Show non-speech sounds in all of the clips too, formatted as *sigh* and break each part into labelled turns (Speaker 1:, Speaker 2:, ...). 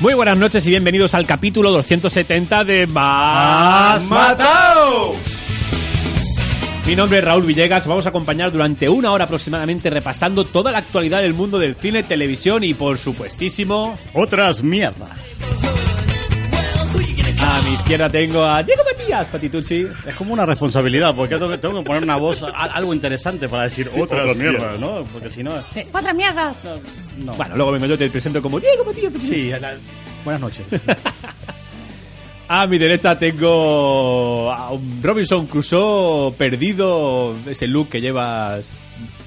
Speaker 1: Muy buenas noches y bienvenidos al capítulo 270 de Más
Speaker 2: matado!
Speaker 1: Mi nombre es Raúl Villegas, vamos a acompañar durante una hora aproximadamente repasando toda la actualidad del mundo del cine, televisión y por supuestísimo...
Speaker 2: Otras mierdas.
Speaker 1: A mi izquierda tengo a Diego Matías Patitucci.
Speaker 2: Es como una responsabilidad, porque tengo que- tengo que poner una voz, a- algo interesante para decir otras, mierdas, ¿no? Porque si no...
Speaker 1: ¡Otra mierda!
Speaker 2: no.
Speaker 1: Bueno, luego vengo yo te presento como Diego Matías Patitucci.
Speaker 2: Sí, la- buenas noches.
Speaker 1: A mi derecha tengo a un Robinson Crusoe perdido, ese look que llevas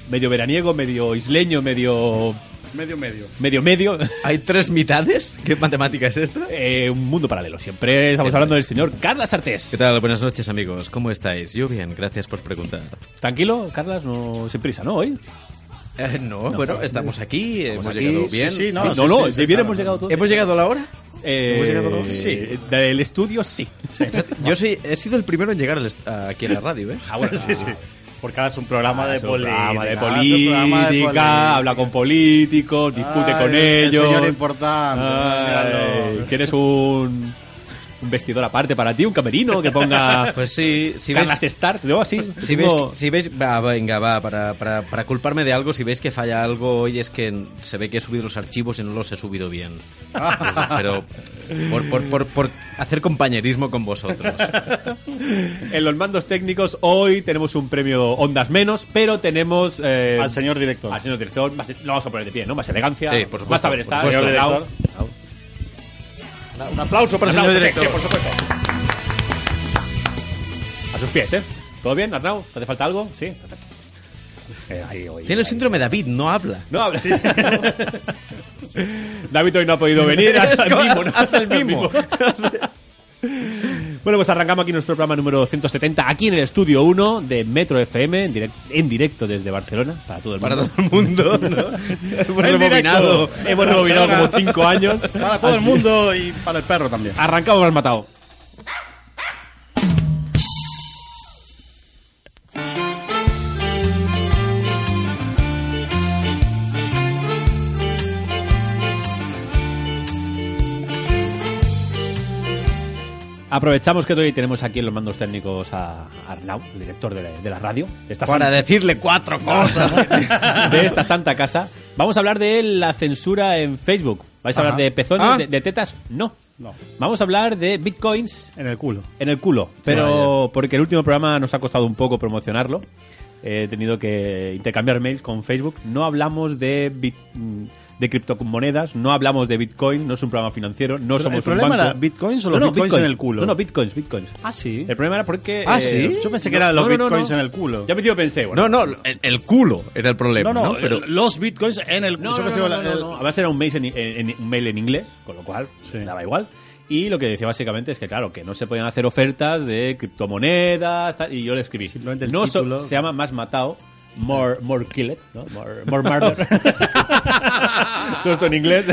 Speaker 1: medio veraniego, medio isleño, medio...
Speaker 2: medio, medio.
Speaker 1: medio medio. *laughs*
Speaker 3: ¿Hay tres mitades? ¿Qué matemática es esta?
Speaker 1: Eh, un mundo paralelo. Siempre estamos
Speaker 3: Siempre.
Speaker 1: hablando del señor Carlas Artés.
Speaker 3: ¿Qué tal? Buenas noches, amigos. ¿Cómo estáis? Yo bien, gracias por preguntar.
Speaker 1: Tranquilo, Carlas, no sin prisa, ¿no? Hoy.
Speaker 3: Eh, no, bueno, estamos aquí, hemos
Speaker 1: aquí,
Speaker 3: llegado bien.
Speaker 2: sí, sí, no,
Speaker 1: Sí,
Speaker 2: sí,
Speaker 1: no, no,
Speaker 2: sí, sí,
Speaker 1: bien
Speaker 2: claro.
Speaker 1: hemos llegado todos.
Speaker 3: ¿Hemos llegado a la hora?
Speaker 1: Eh,
Speaker 3: ¿Hemos llegado todos?
Speaker 1: Sí. Del estudio, sí.
Speaker 3: Yo soy, he sido el primero en llegar al est- aquí a la radio, ¿eh?
Speaker 2: Ah,
Speaker 1: *laughs*
Speaker 2: bueno, sí, sí. Porque ahora es un programa de
Speaker 1: Ah, Es un programa
Speaker 2: política.
Speaker 1: de
Speaker 2: ahora es un programa de
Speaker 1: política, habla con políticos, discute
Speaker 2: Ay,
Speaker 1: con
Speaker 2: el
Speaker 1: ellos.
Speaker 2: señor importante,
Speaker 1: Ay,
Speaker 2: míralo.
Speaker 1: ¿Quieres un, un vestidor aparte para ti? ¿Un camerino que ponga
Speaker 3: *laughs* Pues sí, si veis...
Speaker 1: Carlas Start? ¿No? Así.
Speaker 3: Si veis,
Speaker 1: Tengo-
Speaker 3: si veis- va, va, venga, va, para, para, para culparme de algo, si veis que falla algo hoy es que se ve que he subido los archivos y no los he subido bien. Pero por, por, por, por hacer compañerismo con *laughs* vosotros.
Speaker 1: En los mandos técnicos hoy tenemos un premio Ondas Menos, pero tenemos... eh,
Speaker 2: Al señor director.
Speaker 1: Al señor director, más, lo vamos a poner de pie, ¿no? Más elegancia,
Speaker 3: Sí, por supuesto,
Speaker 1: más saber
Speaker 3: por
Speaker 1: estar. eh,
Speaker 3: supuesto.
Speaker 1: señor
Speaker 2: Director.
Speaker 1: Delgado. Un aplauso para el
Speaker 3: Al
Speaker 1: señor
Speaker 3: señor
Speaker 1: director.
Speaker 3: director.
Speaker 1: eh, por supuesto. A sus pies, ¿eh? ¿Todo bien, Arnau? ¿Te hace falta algo? Sí, perfecto. Eh, ahí, hoy,
Speaker 3: Tiene el
Speaker 1: ahí.
Speaker 3: síndrome David, no habla.
Speaker 1: No habla. *laughs* David hoy no ha podido venir. Hasta el mimo, ¿no?
Speaker 3: Haz el mimo.
Speaker 1: *laughs* Bueno, pues arrancamos aquí nuestro programa número 270, aquí en el estudio 1 de Metro FM, en, direc- en directo desde Barcelona, para todo el
Speaker 3: Para todo
Speaker 1: mundo.
Speaker 3: el mundo, ¿no? Hemos
Speaker 2: En
Speaker 3: rebobinado.
Speaker 2: directo.
Speaker 1: Hemos rebobinado como 5 años.
Speaker 2: Para todo el mundo y para el perro también.
Speaker 1: Arrancamos al matado. Aprovechamos que hoy tenemos aquí en los mandos técnicos a Arnau, el director de la, de la radio. de esta
Speaker 3: Para
Speaker 1: santa-
Speaker 3: decirle cuatro
Speaker 1: *laughs*
Speaker 3: cosas.
Speaker 1: de esta santa casa. Vamos a hablar de la censura en Facebook. ¿Vais a
Speaker 2: Ajá.
Speaker 1: hablar de pezones,
Speaker 3: Ah.
Speaker 1: de, de tetas? No.
Speaker 2: No.
Speaker 1: Vamos a hablar de bitcoins
Speaker 2: En el culo.
Speaker 1: en el culo. Pero porque el último programa nos ha costado un poco promocionarlo. He tenido que intercambiar mails con Facebook. No hablamos de bit- mm, de criptomonedas, no hablamos de bitcoin, no es un programa financiero, no
Speaker 2: ¿El
Speaker 1: somos un
Speaker 2: problema
Speaker 1: banco.
Speaker 2: era bitcoins o los bitcoins en el culo?
Speaker 1: No, no, bitcoins, bitcoins.
Speaker 2: Ah, sí.
Speaker 1: El problema era porque... eh,
Speaker 3: Ah, ¿sí?
Speaker 2: Yo pensé que eran los bitcoins en el culo.
Speaker 1: Ya me tío pensé, bueno.
Speaker 3: *laughs* No, no, el, el culo era el problema.
Speaker 2: No, no,
Speaker 3: *laughs* ¿no? Pero-
Speaker 2: los bitcoins en el
Speaker 1: No,
Speaker 2: yo
Speaker 1: no,
Speaker 2: pensé
Speaker 1: no,
Speaker 2: que
Speaker 1: no,
Speaker 2: la-
Speaker 1: no,
Speaker 2: el-
Speaker 1: no. Además era un mail en, en- en- un mail en inglés, con lo cual
Speaker 2: Sí.
Speaker 1: daba igual. Y lo que decía básicamente es que, claro, que no se podían hacer ofertas de criptomonedas, tal, y yo le escribí.
Speaker 2: Simplemente el
Speaker 1: no so-
Speaker 2: título.
Speaker 1: se llama Más Matado, More, more Killed, ¿no? More, more
Speaker 2: *laughs*
Speaker 1: Murder. *laughs* Todo esto en inglés.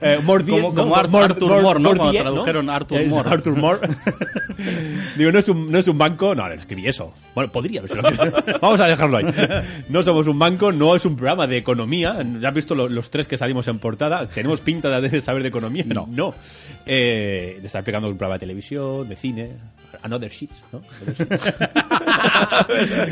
Speaker 1: Eh, more
Speaker 2: Como-
Speaker 1: Dead,
Speaker 2: como
Speaker 1: More-
Speaker 2: Ar- Arthur Moore, ¿no? Como
Speaker 1: Dead,
Speaker 2: tradujeron Arthur
Speaker 1: Es
Speaker 2: Moore.
Speaker 1: Arthur
Speaker 2: *laughs*
Speaker 1: Moore. Digo, no es, un, no es un banco. No, le escribí eso. Bueno, podría. pero
Speaker 2: *laughs*
Speaker 1: se lo- Vamos a dejarlo ahí. No somos un banco, no es un programa de economía. Ya has visto lo- los tres que salimos en portada. ¿Tenemos pinta de, de saber de economía? No. No. Eh, te está explicando un programa de televisión, de cine. Another shit, ¿no?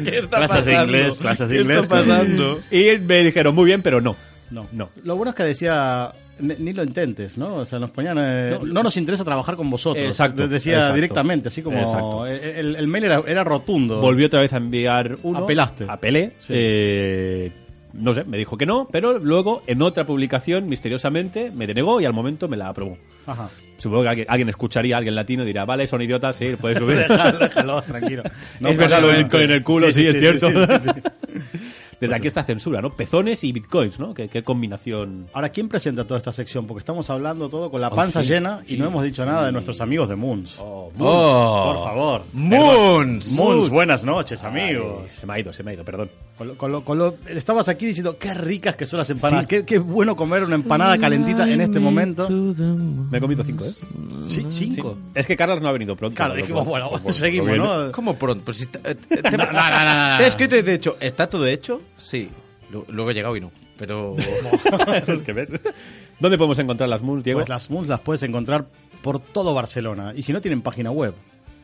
Speaker 3: ¿Qué está
Speaker 2: Clases de
Speaker 3: pasando?
Speaker 2: inglés, clases de
Speaker 3: ¿Qué
Speaker 2: inglés.
Speaker 3: está pasando?
Speaker 1: Y me dijeron, muy bien, pero no.
Speaker 2: No.
Speaker 1: No.
Speaker 2: Lo bueno es que decía, "Ni- ni lo intentes, ¿no? O sea, nos ponían, eh, no, nos interesa trabajar con vosotros.
Speaker 1: Exacto,
Speaker 2: Les Decía
Speaker 1: exacto.
Speaker 2: directamente, así como... eh,
Speaker 1: Exacto.
Speaker 2: El, el mail era, era rotundo.
Speaker 1: Volvió otra vez a enviar uno.
Speaker 2: Apelaste.
Speaker 1: Apelé.
Speaker 2: Sí.
Speaker 1: Eh, no sé, me dijo que no, pero luego en otra publicación, misteriosamente, me denegó y al momento me la aprobó. *laughs*
Speaker 2: Ajá.
Speaker 1: Supongo que alguien, alguien escucharía, alguien latino dirá, vale, son idiotas, sí,
Speaker 2: *laughs*
Speaker 1: puedes subir.
Speaker 2: Déjalo, déjalo, tranquilo. No
Speaker 1: es verdad
Speaker 2: pasa
Speaker 1: lo del
Speaker 2: nada.
Speaker 1: Bitcoin en el culo, sí, es cierto. *laughs*
Speaker 2: sí, sí.
Speaker 1: Desde aquí esta censura, ¿no? Pezones y bitcoins, ¿no? Qué, qué combinación.
Speaker 2: Ahora, ¿quién presenta toda esta sección? Porque estamos hablando todo con la panza
Speaker 1: Oh, sí,
Speaker 2: llena y
Speaker 1: sí,
Speaker 2: no hemos dicho nada de nuestros amigos de Moons.
Speaker 1: Oh,
Speaker 3: Oh.
Speaker 2: por favor.
Speaker 3: Moons.
Speaker 2: Moons, buenas noches, amigos.
Speaker 1: Ay, se me ha ido, se me ha ido, perdón.
Speaker 2: Con lo- con lo- con lo- estabas aquí diciendo qué ricas que son las empanadas, qué, qué bueno comer una empanada calentita en este momento.
Speaker 1: Me he comido cinco, ¿eh?
Speaker 2: Sí, cinco.
Speaker 1: Sí. Es que Carlos no ha venido pronto. No,
Speaker 2: Claro,
Speaker 1: no
Speaker 2: dijimos,
Speaker 1: puedo.
Speaker 2: bueno,
Speaker 1: No puedo.
Speaker 2: seguimos, ¿no?
Speaker 3: ¿Cómo pronto? Pues si te, eh, te- *laughs* te- te he escrito y te he dicho, ¿está todo hecho? Sí. Lu- Luego he llegado y no. *laughs* Pero.
Speaker 1: *laughs* Es que ves. ¿Dónde podemos encontrar las moons, Diego?
Speaker 2: Pues las Moons las puedes encontrar por todo Barcelona. Y si no, tienen página web.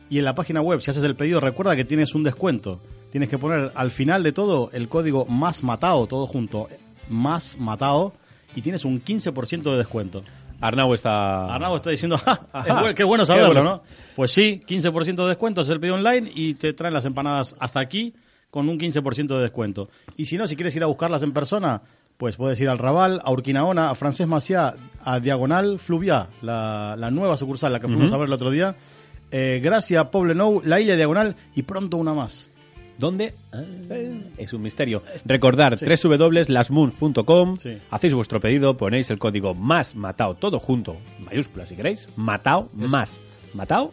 Speaker 2: Y en la página web, si haces el pedido, recuerda que tienes un descuento. Tienes que poner al final de todo el código más matado, todo junto, más matado, y tienes un 15% de descuento.
Speaker 1: Arnau está...
Speaker 2: Arnau está diciendo, *laughs* "Ja,
Speaker 1: Ajá.
Speaker 2: es bu- qué bueno
Speaker 1: Qué
Speaker 2: saberlo,
Speaker 1: bueno.
Speaker 2: ¿no? Pues sí, 15% de descuento, haces el pedido online y te traen las empanadas hasta aquí con un 15% de descuento. Y si no, si quieres ir a buscarlas en persona, pues puedes ir al Raval, a Urquinaona, a Francés Maciá, a Diagonal Fluviá, la, la nueva sucursal, la que fuimos a ver el otro día. Eh, Gracia, Poblenou, La Isla Diagonal y pronto una más.
Speaker 1: ¿Dónde? Ah, es un misterio. Recordar, www.lasmoons.com.
Speaker 2: Sí.
Speaker 1: Hacéis vuestro pedido, ponéis el código más matao, todo junto, mayúsculas si queréis. Matao, más. Matao.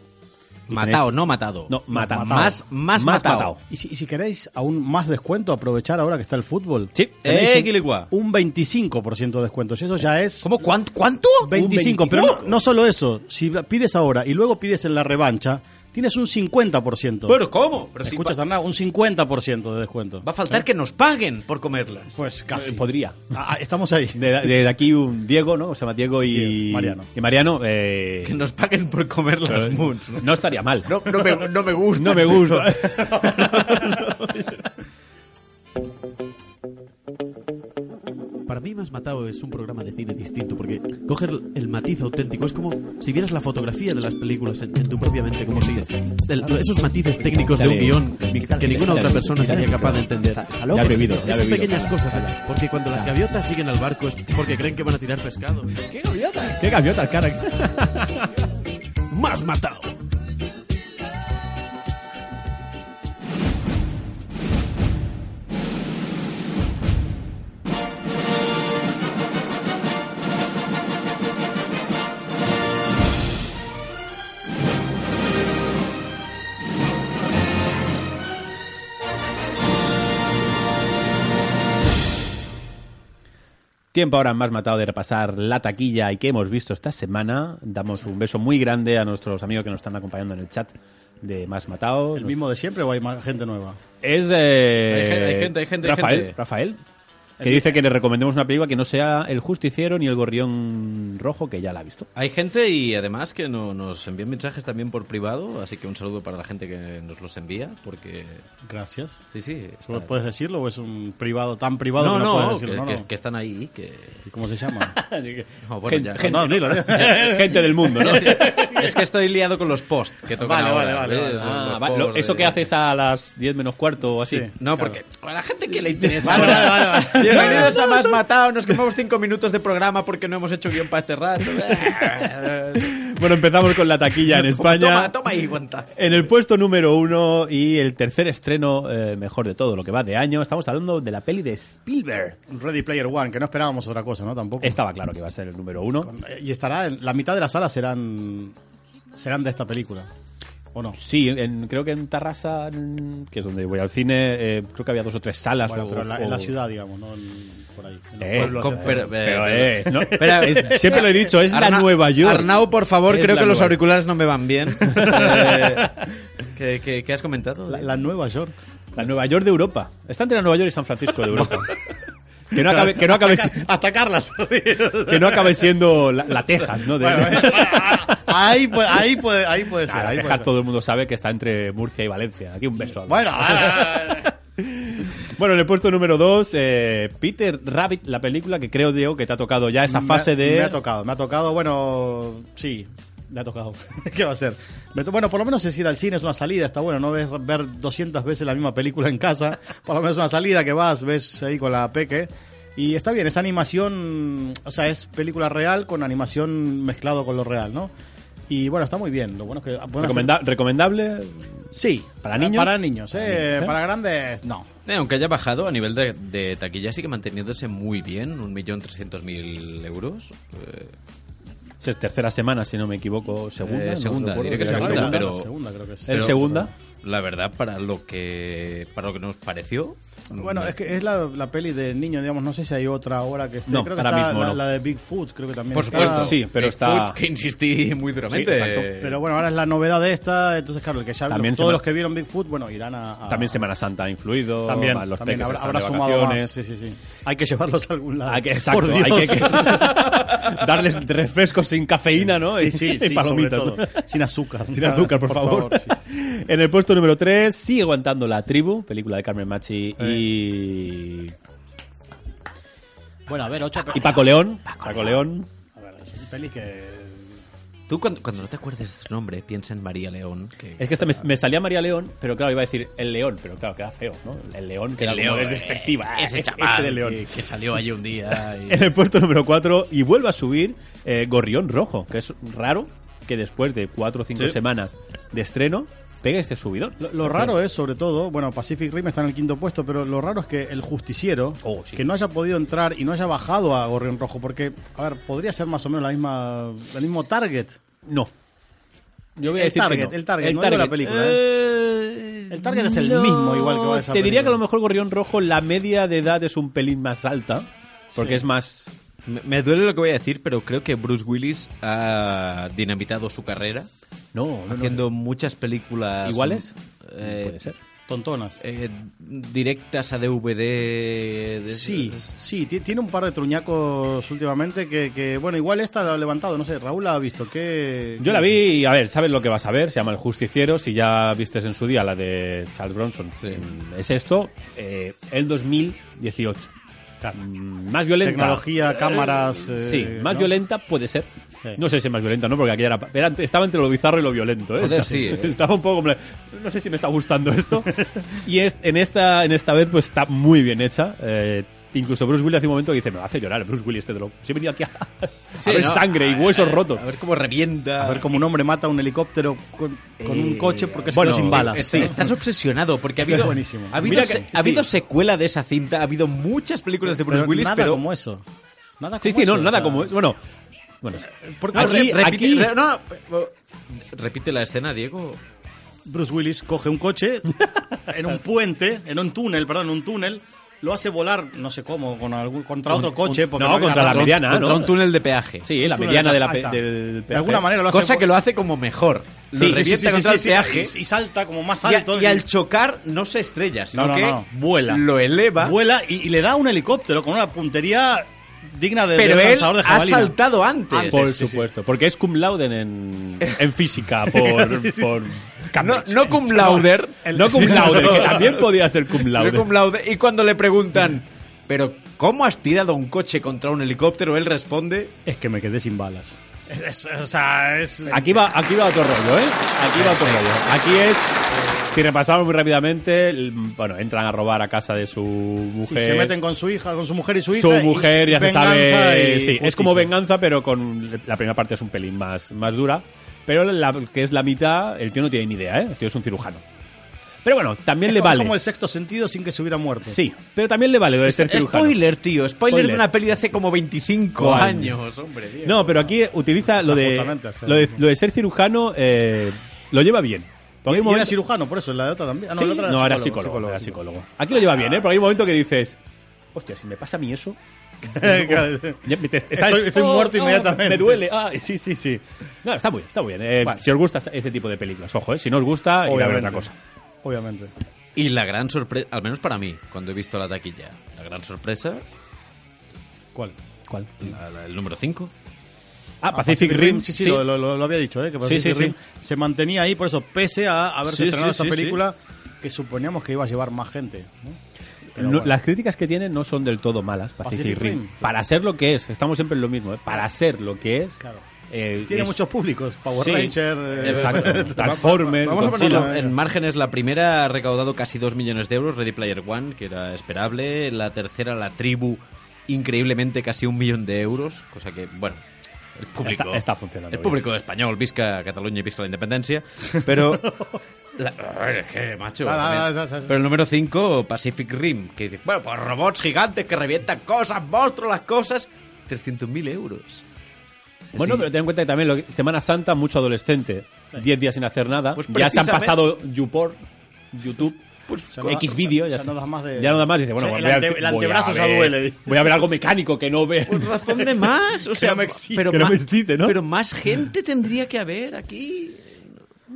Speaker 1: y
Speaker 3: matado,
Speaker 1: tenéis-
Speaker 3: no matado.
Speaker 1: No, matao.
Speaker 3: Más, más, matado.
Speaker 2: Y si, y si queréis aún más descuento, aprovechar ahora que está el fútbol.
Speaker 1: Sí.
Speaker 2: tenéis
Speaker 3: Eh,
Speaker 2: un-
Speaker 3: Guiligua.
Speaker 2: un, 25% de descuento. Y eso ya es...
Speaker 3: ¿Cómo? ¿Cuánto? ¿Cuánto?
Speaker 2: 25,
Speaker 1: Un
Speaker 2: pero
Speaker 1: 25.
Speaker 2: no, no solo eso, si pides ahora y luego pides en la revancha, tienes un 50%.
Speaker 3: Pero ¿cómo? Pero si
Speaker 2: escuchas,
Speaker 3: va,
Speaker 2: Arnau, un 50% de descuento.
Speaker 3: va a faltar que nos paguen por comerlas.
Speaker 2: Pues casi.
Speaker 1: Eh, podría.
Speaker 2: Ah, ah, estamos ahí.
Speaker 1: De- Desde aquí un Diego, ¿no? Se llama Diego y
Speaker 2: Diego, Mariano.
Speaker 1: Y Mariano eh,
Speaker 3: Que nos paguen por comer las Moons. ¿no?
Speaker 1: no estaría mal.
Speaker 3: No, no me, no me gusta.
Speaker 1: No me gusta.
Speaker 4: Para mí Más Matado es un programa de cine distinto porque coger el matiz auténtico es como si vieras la fotografía de las películas en, en tu propia mente, como si el- esos matices técnicos de un guión que ninguna otra persona sería capaz de entender.
Speaker 1: Ya he bebido, ya he
Speaker 4: Esas
Speaker 1: bebido.
Speaker 4: pequeñas cosas, porque cuando las gaviotas siguen al barco es porque creen que van a tirar pescado.
Speaker 1: *laughs* Qué gaviota, cara.
Speaker 4: Más Matado.
Speaker 1: Tiempo ahora más matado de repasar la taquilla y que hemos visto esta semana. Damos un beso muy grande a nuestros amigos que nos están acompañando en el chat de Más Matado.
Speaker 2: ¿El mismo de siempre o hay más gente nueva?
Speaker 1: Es eh,
Speaker 3: Hay gen- hay gente, hay gente, hay
Speaker 1: Rafael,
Speaker 3: gente.
Speaker 1: Rafael, que dice que le recomendemos una película que no sea El Justiciero ni El Gorrión Rojo, que ya la ha
Speaker 3: *laughs*
Speaker 1: visto.
Speaker 3: Hay gente y además que no- nos envían mensajes también por privado, así que un saludo para la gente que nos los envía, porque
Speaker 2: Gracias.
Speaker 3: sí, sí. está-
Speaker 2: ¿Solo ¿Puedes decirlo o es un privado tan privado
Speaker 3: No,
Speaker 2: que no,
Speaker 3: no,
Speaker 2: puedes
Speaker 3: que,
Speaker 2: decirlo?
Speaker 3: que-
Speaker 2: no, no.
Speaker 3: que están ahí, que
Speaker 2: ¿Y ¿Cómo se llama?
Speaker 3: No, bueno,
Speaker 1: gente,
Speaker 3: ya.
Speaker 1: gente-
Speaker 2: no, dilo, dilo.
Speaker 1: *laughs* gente del mundo, *laughs* ¿no?
Speaker 3: *laughs* es que estoy liado con los posts que tocan
Speaker 2: Vale,
Speaker 3: ahora,
Speaker 2: vale, vale, vale.
Speaker 3: ¿ves? Los
Speaker 1: Ah, va- lo-
Speaker 3: posts
Speaker 1: eso
Speaker 3: de-
Speaker 1: que haces a las 10 menos cuarto o así.
Speaker 2: Sí. Claro.
Speaker 3: No, porque a la gente que le interesa.
Speaker 2: Vale, vale, vale, vale.
Speaker 3: *laughs* Bienvenidos a Más Matado. Nos quemamos cinco minutos de programa porque no hemos hecho guión para este rato.
Speaker 2: *laughs*
Speaker 1: Bueno, empezamos con la taquilla *laughs* en España.
Speaker 3: Toma, toma y aguanta.
Speaker 1: En el puesto número uno y el tercer estreno, eh, mejor de todo lo que va de año, estamos hablando de la peli de Spielberg.
Speaker 2: *laughs* Ready Player One, que no esperábamos otra cosa, ¿no? Tampoco.
Speaker 1: Estaba claro que iba a ser el número uno.
Speaker 2: Y estará, en, la mitad de las salas serán, serán de esta película, ¿o no?
Speaker 1: Sí, en- creo que en Tarrasa, en- que es donde voy al cine, eh, creo que había dos o tres salas.
Speaker 2: Bueno,
Speaker 1: o-
Speaker 2: pero en la, en
Speaker 1: o-
Speaker 2: la ciudad, digamos, no en- por ahí. En los
Speaker 1: Eh,
Speaker 2: pueblos
Speaker 3: con-
Speaker 2: etcétera.
Speaker 3: pero-
Speaker 1: Pero
Speaker 3: eh, *laughs*
Speaker 1: es, ¿no? Es- *laughs* siempre lo he dicho, es la Nueva York.
Speaker 3: Arnau, por favor,
Speaker 1: Es
Speaker 3: creo
Speaker 1: la
Speaker 3: que los
Speaker 1: Nueva-
Speaker 3: auriculares no me van
Speaker 1: *laughs*
Speaker 3: bien. Eh, ¿qué, qué- qué has comentado?
Speaker 2: La, la Nueva York.
Speaker 1: La Nueva York de Europa. Está entre la Nueva York y San Francisco de
Speaker 3: *laughs*
Speaker 1: Europa. Que no acabe, que no acabe, si-
Speaker 2: Atacarlas.
Speaker 1: que no acabe siendo la, la Texas, ¿no? De-
Speaker 2: *laughs*
Speaker 1: *laughs*
Speaker 2: ahí, puede, ahí, puede, ahí puede ser.
Speaker 1: Ah, la
Speaker 2: ahí puede
Speaker 1: Texas
Speaker 2: ser.
Speaker 3: *laughs*
Speaker 1: todo el mundo sabe que está entre Murcia y Valencia. Aquí un beso.
Speaker 2: Bueno, ah,
Speaker 1: Bueno, en el puesto número 2, Peter Rabbit, la película que creo, Diego, que te ha tocado ya esa
Speaker 2: Me-
Speaker 1: fase de...
Speaker 2: Me ha tocado, me ha tocado. Bueno, sí, me ha tocado. *laughs* ¿Qué va a ser? Me to- Bueno, por lo menos es ir al cine, es una salida, está bueno. No ves ver 200 veces la misma película en casa. Por lo menos es una salida que vas, ves ahí con la peque. Y está bien, es animación, o sea, es película real con animación mezclado con lo real, ¿no? Y bueno, está muy bien. Lo bueno es que... pueden hacer-
Speaker 1: Recomenda- ¿Recomendable?
Speaker 2: Sí.
Speaker 1: ¿Para niños?
Speaker 2: Para niños, eh,
Speaker 1: ¿eh?
Speaker 2: Para grandes, no.
Speaker 3: Eh, aunque haya bajado a nivel de, de taquilla, sigue manteniéndose muy bien, 1.300.000 euros. Eh,
Speaker 1: Es tercera semana, si no me equivoco, segunda.
Speaker 3: Eh,
Speaker 1: no
Speaker 3: segunda,
Speaker 1: recuerdo.
Speaker 3: diré que
Speaker 1: ¿Es
Speaker 3: segunda,
Speaker 1: segunda?
Speaker 3: pero-
Speaker 2: segunda creo que es.
Speaker 1: ¿Es
Speaker 3: pero-
Speaker 1: segunda?
Speaker 3: La verdad, para lo que para lo que nos pareció. mm,
Speaker 2: Bueno, es que es la, la peli de niño, digamos, no sé si hay otra ahora que esté.
Speaker 1: No,
Speaker 2: creo que
Speaker 1: ahora
Speaker 2: está
Speaker 1: mismo
Speaker 2: la,
Speaker 1: no.
Speaker 2: la de Bigfoot, creo que también.
Speaker 3: Por
Speaker 2: está.
Speaker 3: supuesto.
Speaker 1: Sí, pero está-
Speaker 3: Food, que insistí muy duramente.
Speaker 1: Sí, exacto.
Speaker 2: Pero bueno, ahora es la novedad de esta, entonces claro, el que ya
Speaker 1: También
Speaker 2: los-
Speaker 1: se
Speaker 2: todos
Speaker 1: me-
Speaker 2: los que vieron Bigfoot, bueno, irán a, a-
Speaker 1: También Semana Santa ha influido.
Speaker 2: también,
Speaker 1: van los
Speaker 2: también
Speaker 1: peques
Speaker 2: habrá,
Speaker 1: están de
Speaker 2: habrá sumado más.
Speaker 1: vacaciones.
Speaker 2: Sí, sí, sí. Hay que llevarlos a algún lado.
Speaker 1: Hay que, exacto,
Speaker 2: Por
Speaker 1: hay que,
Speaker 2: Dios.
Speaker 1: que- *laughs* darles refrescos sin cafeína, ¿no?
Speaker 2: *laughs* Sí,
Speaker 1: Y- *laughs*
Speaker 2: sí,
Speaker 1: y
Speaker 2: sí, sobre
Speaker 1: palomitas.
Speaker 2: todo.
Speaker 1: ¿no?
Speaker 2: Sin azúcar.
Speaker 1: Sin azúcar, por, favor.
Speaker 2: sí, sí.
Speaker 1: En el puesto número 3, sigue aguantando La Tribu, película de Carmen Machi y,
Speaker 2: Eh.
Speaker 5: Bueno, a ver, ocho.
Speaker 1: y Paco León. Paco, León.
Speaker 2: A ver, es pelis que
Speaker 3: Tú, cuando, cuando no te acuerdes de su nombre, piensa en María León. Que...
Speaker 1: Es que esta me, me salía María León, pero claro, iba a decir el león, pero claro, queda feo, ¿no? El león, que
Speaker 3: El
Speaker 1: era como
Speaker 3: León,
Speaker 1: es despectiva.
Speaker 3: eh,
Speaker 1: ah,
Speaker 3: ese
Speaker 1: es-
Speaker 3: chaval
Speaker 1: de león.
Speaker 3: Que, que salió allí un día. y-
Speaker 1: En el puesto número 4, y vuelve a subir eh, Gorrión Rojo, que es raro que después de 4 o 5
Speaker 2: Sí.
Speaker 1: semanas de estreno pegue este subidón.
Speaker 2: Lo, lo raro es, sobre todo, bueno, Pacific Rim está en el quinto puesto, pero lo raro es que el justiciero,
Speaker 1: Oh, sí.
Speaker 2: que no haya podido entrar y no haya bajado a Gorrión Rojo, porque, a ver, podría ser más o menos la misma, el mismo target.
Speaker 1: No. Yo voy a
Speaker 2: El
Speaker 1: decir que
Speaker 2: target,
Speaker 1: no.
Speaker 2: el target, no digo la película,
Speaker 1: Eh,
Speaker 2: El target es el mismo, igual que va esa
Speaker 1: Te diría que a
Speaker 2: película.
Speaker 1: lo mejor Gorrión Rojo la media de edad es un pelín más alta, porque es más...
Speaker 3: Me, me duele lo que voy a decir, pero creo que Bruce Willis ha dinamitado su carrera
Speaker 1: No, no, no.
Speaker 3: haciendo muchas películas.
Speaker 1: ¿Iguales?
Speaker 3: Eh,
Speaker 1: Puede ser.
Speaker 2: Tontonas.
Speaker 3: eh, directas a DVD. de-
Speaker 2: Sí, sí, ti- tiene un par de truñacos últimamente que, que, bueno, igual esta la ha levantado, no sé, Raúl la ha visto, que...
Speaker 1: Yo la vi y, a ver, sabes lo que vas a ver, se llama El Justiciero, si ya vistes en su día la de Charles Bronson. Mm, Es esto, eh, el 2018. Mm, Más violenta.
Speaker 2: Tecnología,
Speaker 1: Eh,
Speaker 2: cámaras, eh,
Speaker 1: sí, más
Speaker 2: ¿no?
Speaker 1: violenta puede ser.
Speaker 2: Sí.
Speaker 1: No sé si más violenta, ¿no? Porque aquella era, era entre- estaba entre lo bizarro y lo violento. ¿eh?
Speaker 3: Joder,
Speaker 1: Esta- *laughs*
Speaker 3: sí, eh.
Speaker 1: Estaba un poco como... No sé si me está gustando
Speaker 2: *laughs*
Speaker 1: esto. y es- en, esta, en esta vez pues está muy bien hecha. Eh, incluso Bruce Willis hace un momento que dice, me hace llorar Bruce Willis este de loco. Si he venido aquí a, *laughs*
Speaker 3: Sí,
Speaker 1: a ver
Speaker 3: ¿no? Ah,
Speaker 1: sangre y huesos rotos.
Speaker 3: A ver cómo revienta.
Speaker 2: A ver cómo un hombre mata un helicóptero con, con un coche porque
Speaker 1: Eh,
Speaker 2: se
Speaker 1: bueno, eh,
Speaker 2: quedó sin balas. *laughs*
Speaker 3: Sí, estás obsesionado porque ha habido,
Speaker 2: Es buenísimo.
Speaker 3: ha habido,
Speaker 1: Mira
Speaker 3: se-
Speaker 1: que-
Speaker 3: ha habido
Speaker 1: sí.
Speaker 3: secuela de esa cinta, ha habido muchas películas de Bruce
Speaker 2: Pero
Speaker 3: Willis,
Speaker 2: nada
Speaker 3: pero
Speaker 2: como eso. Nada
Speaker 1: Sí,
Speaker 2: como
Speaker 1: sí, no,
Speaker 2: eso, Ah, o
Speaker 1: nada
Speaker 2: sea,
Speaker 1: como. Bueno, bueno sí.
Speaker 3: No,
Speaker 1: aquí,
Speaker 3: re- repi-
Speaker 1: aquí-
Speaker 3: re- no, no, repite la escena, Diego.
Speaker 2: Bruce Willis coge un coche en un puente, en un túnel, perdón, en un túnel, lo hace volar, no sé cómo, con algún, contra otro coche. porque
Speaker 1: no,
Speaker 2: había
Speaker 1: contra la
Speaker 2: ganado.
Speaker 1: mediana,
Speaker 3: Contra
Speaker 1: ¿no?
Speaker 3: un túnel de peaje.
Speaker 1: sí, la
Speaker 2: Tú
Speaker 1: mediana
Speaker 2: le
Speaker 1: de la
Speaker 2: das
Speaker 1: pe-
Speaker 2: alta.
Speaker 1: del
Speaker 2: De alguna
Speaker 1: peaje.
Speaker 2: manera lo hace.
Speaker 3: Cosa que lo hace como mejor. Lo
Speaker 1: Sí, sí,
Speaker 3: revienta
Speaker 2: sí, sí,
Speaker 3: contra
Speaker 2: sí,
Speaker 3: el
Speaker 2: sí,
Speaker 3: peaje.
Speaker 2: Y, y salta como más
Speaker 3: y,
Speaker 2: alto.
Speaker 3: y al chocar no se estrella, sino
Speaker 2: No, no,
Speaker 3: que
Speaker 2: no.
Speaker 3: vuela. Lo eleva.
Speaker 2: vuela y, y le da un helicóptero con una puntería digna de,
Speaker 3: pero
Speaker 2: de
Speaker 3: él
Speaker 2: lanzador de
Speaker 3: ha
Speaker 2: jabalina.
Speaker 3: saltado antes. Pues,
Speaker 2: Antes.
Speaker 1: Por
Speaker 2: Sí, sí, sí.
Speaker 1: supuesto, porque es cum laude en, en *laughs* física por, por
Speaker 3: No,
Speaker 1: Cambridge.
Speaker 3: no cum lauder.
Speaker 1: No cum laude, que también podía ser cum
Speaker 3: Soy
Speaker 1: laude.
Speaker 3: cum laude. Mm. Y cuando le preguntan, pero ¿cómo has tirado un coche contra un helicóptero? Él responde,
Speaker 2: Es que me quedé sin balas. Es- es- o sea, es.
Speaker 1: Aquí va, aquí va otro rollo, ¿eh? Aquí va otro rollo. Aquí es, si repasamos muy rápidamente, el- bueno, entran a robar a casa de su
Speaker 2: Sí,
Speaker 1: mujer.
Speaker 2: se meten con su hija, con su mujer y su hija.
Speaker 1: su
Speaker 2: y
Speaker 1: mujer ya se
Speaker 2: venganza
Speaker 1: sabe
Speaker 2: y
Speaker 1: sí es
Speaker 2: justicia.
Speaker 1: como venganza pero con la primera parte es un pelín más más dura pero la que es la mitad el tío no tiene ni idea ¿eh? el tío es un cirujano pero bueno también
Speaker 2: Es
Speaker 1: le
Speaker 2: como-
Speaker 1: vale
Speaker 2: como el sexto sentido sin que se hubiera muerto.
Speaker 1: sí pero también le vale lo de ser cirujano
Speaker 3: spoiler, tío, spoiler, de
Speaker 1: Spoiler.
Speaker 3: una peli de hace como 25
Speaker 1: Años.
Speaker 3: años, hombre. tío.
Speaker 1: no pero aquí utiliza lo de
Speaker 2: Justamente hacer-
Speaker 1: lo de, lo de ser cirujano eh, lo lleva bien porque hay un
Speaker 2: Y era
Speaker 1: momento
Speaker 2: cirujano, por eso, la de otra también. Ah, no,
Speaker 1: Sí,
Speaker 2: la otra
Speaker 1: no era psicólogo, era psicólogo. aquí lo lleva bien eh porque hay un momento que dices hostia si me pasa a mí eso
Speaker 2: *laughs* Claro.
Speaker 1: Ya me- te- estás-
Speaker 2: Estoy- estoy muerto inmediatamente.
Speaker 1: Me duele. Ah, sí, sí, sí. No, está muy bien, está muy bien. Eh,
Speaker 2: Vale.
Speaker 1: Si os gusta este tipo de películas, ojo, eh. Si no os gusta, ir a ver
Speaker 2: Obviamente.
Speaker 1: otra cosa.
Speaker 2: Obviamente.
Speaker 3: Y la gran sorpresa, al menos para mí, cuando he visto la taquilla, la gran sorpresa,
Speaker 2: ¿Cuál?
Speaker 1: ¿Cuál?
Speaker 3: la- la- el número 5.
Speaker 1: Ah, Pacific, Rim.
Speaker 2: Sí, sí, Lo, lo- lo había dicho, ¿eh? Que Pacific
Speaker 1: sí, sí.
Speaker 2: Rim se mantenía ahí, por eso, pese a haberse
Speaker 1: Sí,
Speaker 2: estrenado
Speaker 1: sí,
Speaker 2: esta
Speaker 1: sí,
Speaker 2: película, que suponíamos que iba a llevar más gente. ¿no? pero
Speaker 1: no-
Speaker 2: bueno.
Speaker 1: las críticas que tienen no son del todo malas. Pacific,
Speaker 2: Pacific
Speaker 1: Rim.
Speaker 2: Rim.
Speaker 1: Para ser lo que es, estamos siempre en lo mismo. ¿eh? Para ser lo que es.
Speaker 2: Claro.
Speaker 1: eh,
Speaker 2: Tiene
Speaker 1: es-
Speaker 2: muchos públicos. Power
Speaker 1: Sí.
Speaker 2: Ranger. eh, *laughs*
Speaker 1: Exacto. Transformers.
Speaker 2: Vamos a
Speaker 3: Sí,
Speaker 1: Godzilla.
Speaker 2: ponerlo-
Speaker 3: lo- en márgenes la primera ha recaudado casi 2 millones de euros, Ready Player One, que era esperable. La tercera, La Tribu, increíblemente casi un millón de euros, cosa que, bueno, el público...
Speaker 1: Está- está funcionando
Speaker 3: El público español, visca Cataluña y visca la independencia,
Speaker 1: *laughs*
Speaker 3: pero... la- a ver, es que, macho...
Speaker 2: Ah,
Speaker 3: también.
Speaker 2: ah, ah, ah, ah.
Speaker 3: Pero el número 5, Pacific Rim, que dice, bueno, pues robots gigantes que revientan cosas, monstruos, las cosas... 300.000 euros.
Speaker 1: Bueno,
Speaker 3: Sí.
Speaker 1: pero ten en cuenta que también lo que- Semana Santa, mucho adolescente. 10 días sin hacer nada.
Speaker 3: Pues
Speaker 1: ya se han
Speaker 3: precisamente-
Speaker 1: pasado YouPorn, YouTube,
Speaker 2: Ya no da-
Speaker 1: X vídeo. Ya,
Speaker 2: Pues, ya
Speaker 1: se-
Speaker 2: no das más de-
Speaker 1: Ya no da más. Dice, bueno,
Speaker 2: O sea, el
Speaker 1: voy a-
Speaker 2: ante- el
Speaker 1: voy a
Speaker 2: antebrazo ya
Speaker 1: ver-
Speaker 2: duele.
Speaker 1: Voy a ver algo mecánico que no ve. *laughs*
Speaker 3: Pues razón de más, o sea,
Speaker 2: no me excite.
Speaker 3: pero,
Speaker 1: Que no
Speaker 3: ma-
Speaker 1: me excite, ¿no?
Speaker 3: pero más gente tendría que haber aquí.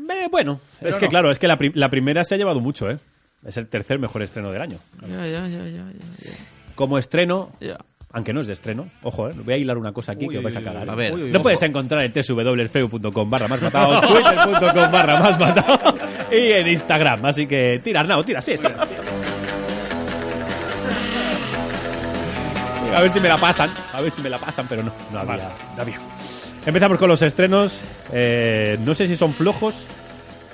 Speaker 1: Eh, bueno, es que
Speaker 2: no.
Speaker 1: claro, es que la, prim- la primera se ha llevado mucho, ¿eh? Es el tercer mejor estreno del año.
Speaker 3: Ya, ya, ya, ya, ya,
Speaker 1: Como estreno,
Speaker 3: ya, ya.
Speaker 1: aunque no es de estreno, ojo, eh, voy a hilar una cosa aquí que os vais a cagar.
Speaker 3: uy,
Speaker 1: ¿eh?
Speaker 3: a ver. Uy, uy,
Speaker 1: no
Speaker 3: ojo.
Speaker 1: puedes encontrar en www.feu.com barra más matado, *laughs* twitter.com barra más matado y en Instagram. Así que tira, Arnau, tira, sí, sí. A ver si me la pasan, a ver si me la pasan, pero no, no había. no había. Empezamos con los estrenos. Eh, no sé si son flojos,